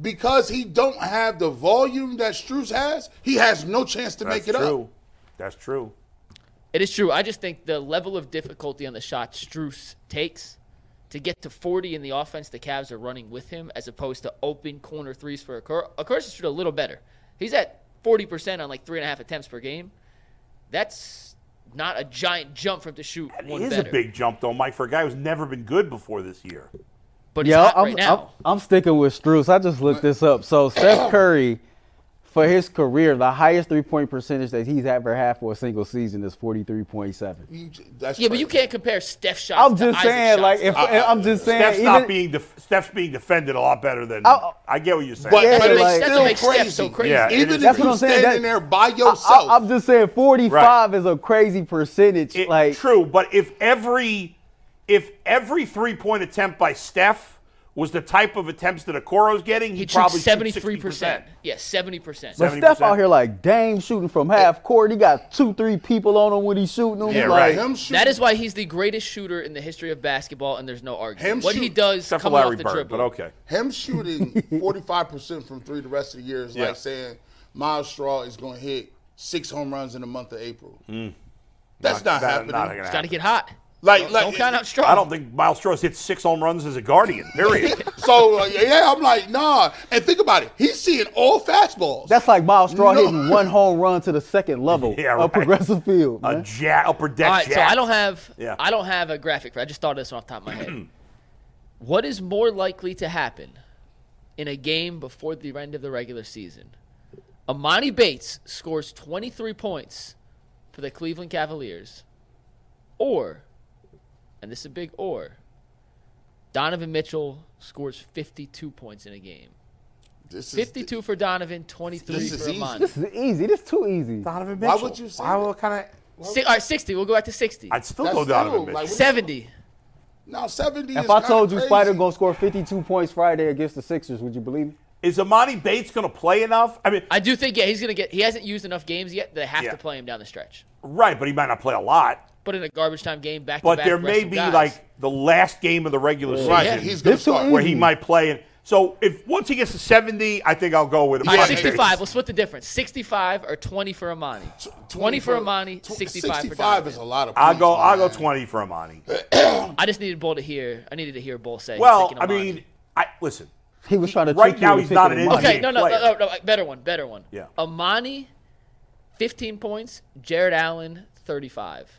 C: because he don't have the volume that Struce has, he has no chance to
A: That's
C: make it
A: true.
C: up.
A: That's true.
B: It is true. I just think the level of difficulty on the shot Struess takes to get to 40 in the offense the Cavs are running with him as opposed to open corner threes for Akur. Akur's shoot a little better. He's at 40% on like three and a half attempts per game. That's not a giant jump for him to shoot
A: It
B: one
A: is
B: better.
A: a big jump, though, Mike, for a guy who's never been good before this year.
B: but he's
D: Yeah,
B: hot
D: I'm,
B: right now.
D: I'm, I'm sticking with Struess. I just looked this up. So Steph Curry, for his career, the highest three point percentage that he's ever had for a single season is forty three point seven.
C: You- That's
B: yeah, but you
C: crazy.
B: can't compare Steph shots.
D: I'm
B: to
D: just
B: Isaac
D: saying, like,
B: shots.
D: if I'm just saying,
A: Steph's
D: even-
A: not Uh-uh. being def- Steph's being defended a lot better than
D: Oh,
A: I get what you're saying.
C: But,
D: Yeah,
C: but
D: like-
C: it's
D: That's
C: still
B: what makes Steph
C: crazy.
B: so crazy.
A: Yeah, it
C: Even
A: is
C: if
A: That's
D: what
C: you're
D: I'm saying.
C: standing
D: That-
C: there by yourself,
D: I, am just saying, forty five is a crazy percentage.
A: It-
D: like,
A: true, but if every if every three point attempt by Steph was the type of attempts that Okoro's getting, he
B: he
A: probably
B: shoots 73%.
A: percent.
B: Yeah, 70%.
D: but
A: 70%.
D: Steph out here like Dame shooting from half court. He got two, three people on him when he's shooting him.
A: Yeah,
D: like,
A: right.
C: him shooting,
B: That is why he's the greatest shooter in the history of basketball, and there's no argument.
C: Him
B: what he
C: shoot-
B: does
A: Except for
B: coming
A: Larry
B: off the
A: Bird,
B: dribble.
A: but okay.
C: him shooting 45 percent from three the rest of the year is
A: Yeah.
C: like saying Miles Straw is going to hit six home runs in the month of April. That's Hmm. not,
A: That-
C: happening.
A: not gonna
B: Got to
A: happen.
B: get hot.
C: Like, like
B: Don't count out strong.
A: I don't think Miles Strauss hit six home runs as a Guardian. Period.
C: So uh, yeah, I'm like nah. And think about it. He's seeing all fastballs.
D: That's like Miles Straw
C: No.
D: hitting one home run to the second level
A: Yeah,
D: of
A: right.
D: Progressive Field.
A: a
D: man.
A: jack, upper deck
B: All right,
A: jack.
B: so I don't have
A: Yeah.
B: I don't have a graphic. For, I just thought of this one off the top of my head. what is more likely to happen in a game before the end of the regular season? Amani Bates scores 23 points for the Cleveland Cavaliers, or, and this is a big or, Donovan Mitchell scores 52 points in a game.
C: This is-
B: 52 for Donovan, 23
C: This is
B: for
C: easy.
B: Amani.
D: This is easy. This is too easy.
A: Donovan
C: Why
A: Mitchell.
C: would you say
A: Why
C: that?
A: would kind of?
B: Si- all right, 60. We'll go back to 60.
A: I'd still
C: That's
A: go Donovan
C: still,
A: Mitchell.
C: like, what-
B: Seventy.
C: Now 70. is
D: If I
C: kinda
D: told you
C: crazy.
D: Spider gonna score 52 points Friday against the Sixers, would you believe me?
A: Is Amani Bates going to play enough? I mean,
B: I do think yeah, he's gonna get. He hasn't used enough games yet. They have
A: Yeah.
B: to play him down the stretch.
A: right, but he might not play a lot.
B: But in a garbage time game, back
A: But
B: to back.
A: there may be like the last game of the regular season
C: right, he's gonna
D: This too
C: start.
D: easy.
A: where he might play. And so if once he gets to seventy, I think I'll go with Amani
C: Yeah,
A: Bates.
B: 65. Let's split the difference. 65 or 20 for Amani. 20 for Amani,
C: tw-
B: 65 for
C: 65 is
B: Donovan.
C: a lot of.
A: I'll
C: points,
A: go. I'll go
C: man.
A: twenty for Amani.
B: I just needed Bull to hear. I needed to hear Bull say. he's
A: Well,
B: picking
A: I
B: Amani.
A: mean, I listen.
D: He was trying to
A: Right
D: trick
A: now
D: you
A: he's not an
D: in.
A: Amani
B: Okay, no, no, no,
A: player.
B: no, no, better one, better one.
A: Yeah.
B: Amani, 15 points. Jared Allen, 35.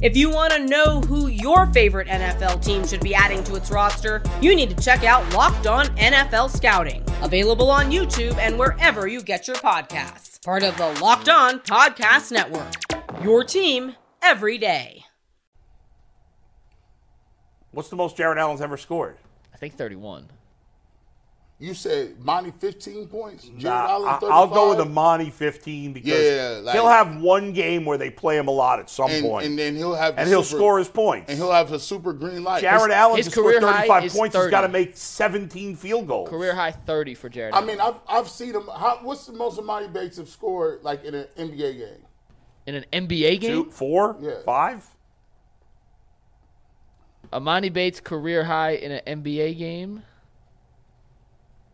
E: If you want to know who your favorite NFL team should be adding to its roster, you need to check out Locked On NFL Scouting, available on YouTube and wherever you get your podcasts. Part of the Locked On Podcast Network. Your team every day.
A: What's the most Jared Allen's ever scored?
B: I think 31.
C: You said Monty 15 points? Jared Allen
A: Nah, Uh, I- I'll go with
C: 35?
A: Amani 15 because
C: Yeah, like-
A: he'll have one game where they play him a lot at some
C: and,
A: point,
C: and then he'll have the
A: and he'll
C: super-
A: score his points.
C: and he'll have a super green light.
A: Jared Allen
B: his
A: to score
B: career high
A: 35
B: is
A: points, he's
B: 30.
A: got to make 17 field goals.
B: Career high 30 for Jared.
C: I
B: Allen.
C: mean, I've I've seen him. How, what's the most Amani Bates have scored like in an NBA game?
B: in an NBA game,
A: Two, four,
C: Yeah.
A: five.
B: Amani Bates career high in an NBA game.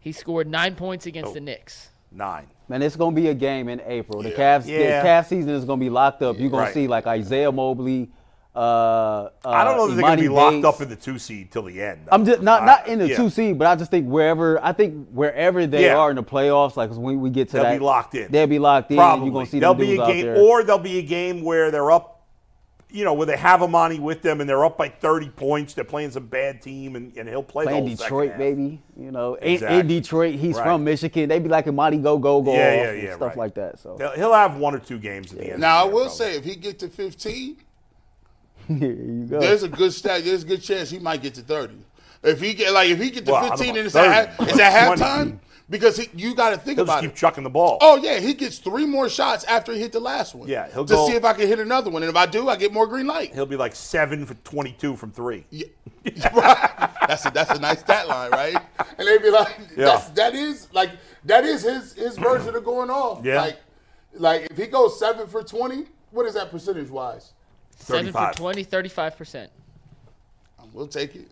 B: He scored nine points against the Knicks.
A: Nine.
D: Man, it's gonna be a game in April. The
C: Yeah.
D: Cavs,
A: Yeah.
D: the Cavs season is gonna be locked up. You're gonna
A: Right.
D: see like Isaiah Mobley. Uh, uh,
A: I don't know that they're going to
D: Imani
A: be locked up
D: Bates.
A: in the two seed till the end.
D: I'm just not
A: I-
D: not in the
A: yeah.
D: two seed, but I just think wherever I think wherever they
A: Yeah.
D: are in the playoffs, like when we get to
A: They'll
D: that,
A: be locked in.
D: They'll be locked in.
A: Probably.
D: You're gonna see
A: there'll
D: them
A: be
D: dudes
A: a
D: out
A: game,
D: there.
A: or there'll be a game where they're up, you know, where they have Amani with them and they're up by 30 points. They're playing some bad team, and, and he'll play
D: playing
A: the whole second
D: Detroit,
A: half.
D: baby. You know, in- in,
A: Exactly.
D: Detroit, he's
A: Right.
D: from Michigan. They be like, "Imani, go, go, go!"
A: Yeah,
D: off
A: yeah,
D: and
A: yeah,
D: Stuff
A: right.
D: like that. So
A: They'll- He'll have one or two games at the end.
C: Now I
A: of the year,
C: will
A: probably.
C: say, if he get to 15,
D: here you go.
C: there's a good stat. There's a good chance he might get to 30. If he get like if he get to
A: Well, I don't
C: 15
A: know,
C: and it's at,
A: 30.
C: it's at
A: 20.
C: halftime because he, you got to think
A: He'll just
C: about
A: keep
C: it.
A: chucking the ball.
C: Oh yeah, he gets three more shots after he hit the last one.
A: Yeah, he'll
C: to
A: go-
C: see if I can hit another one, and if I do, I get more green light.
A: He'll be like seven for 22 from three.
C: Yeah. that's a, that's a nice stat line, right? And they be like,
A: Yeah.
C: that's, that is like that is his his version of going off.
A: Yeah.
C: Like like if he goes seven for twenty, what is that percentage wise?
B: 7 for
A: 35.
B: 20, 35%.
C: We'll take it.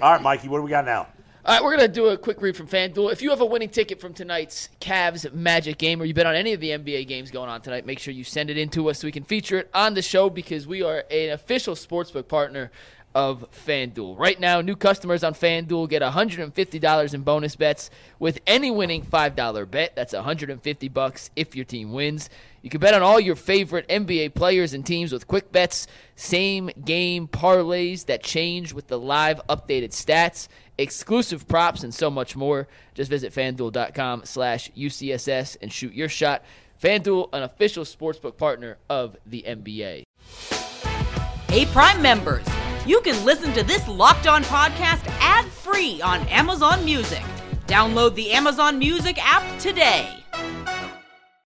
A: All right, Mikey, what do we got now?
B: All right, we're going to do a quick read from FanDuel. If you have a winning ticket from tonight's Cavs Magic game or you bet on any of the NBA games going on tonight, make sure you send it in to us so we can feature it on the show because we are an official sportsbook partner of FanDuel. Right now, new customers on FanDuel get $150 in bonus bets with any winning $5 bet. That's 150 bucks if your team wins. You can bet on all your favorite NBA players and teams with quick bets, same game parlays that change with the live updated stats, exclusive props, and so much more. Just visit fanduel.com slash UCSS and shoot your shot. FanDuel, an official sportsbook partner of the NBA.
E: Hey, Prime members, you can listen to this Locked On podcast ad free on Amazon Music. Download the Amazon Music app today.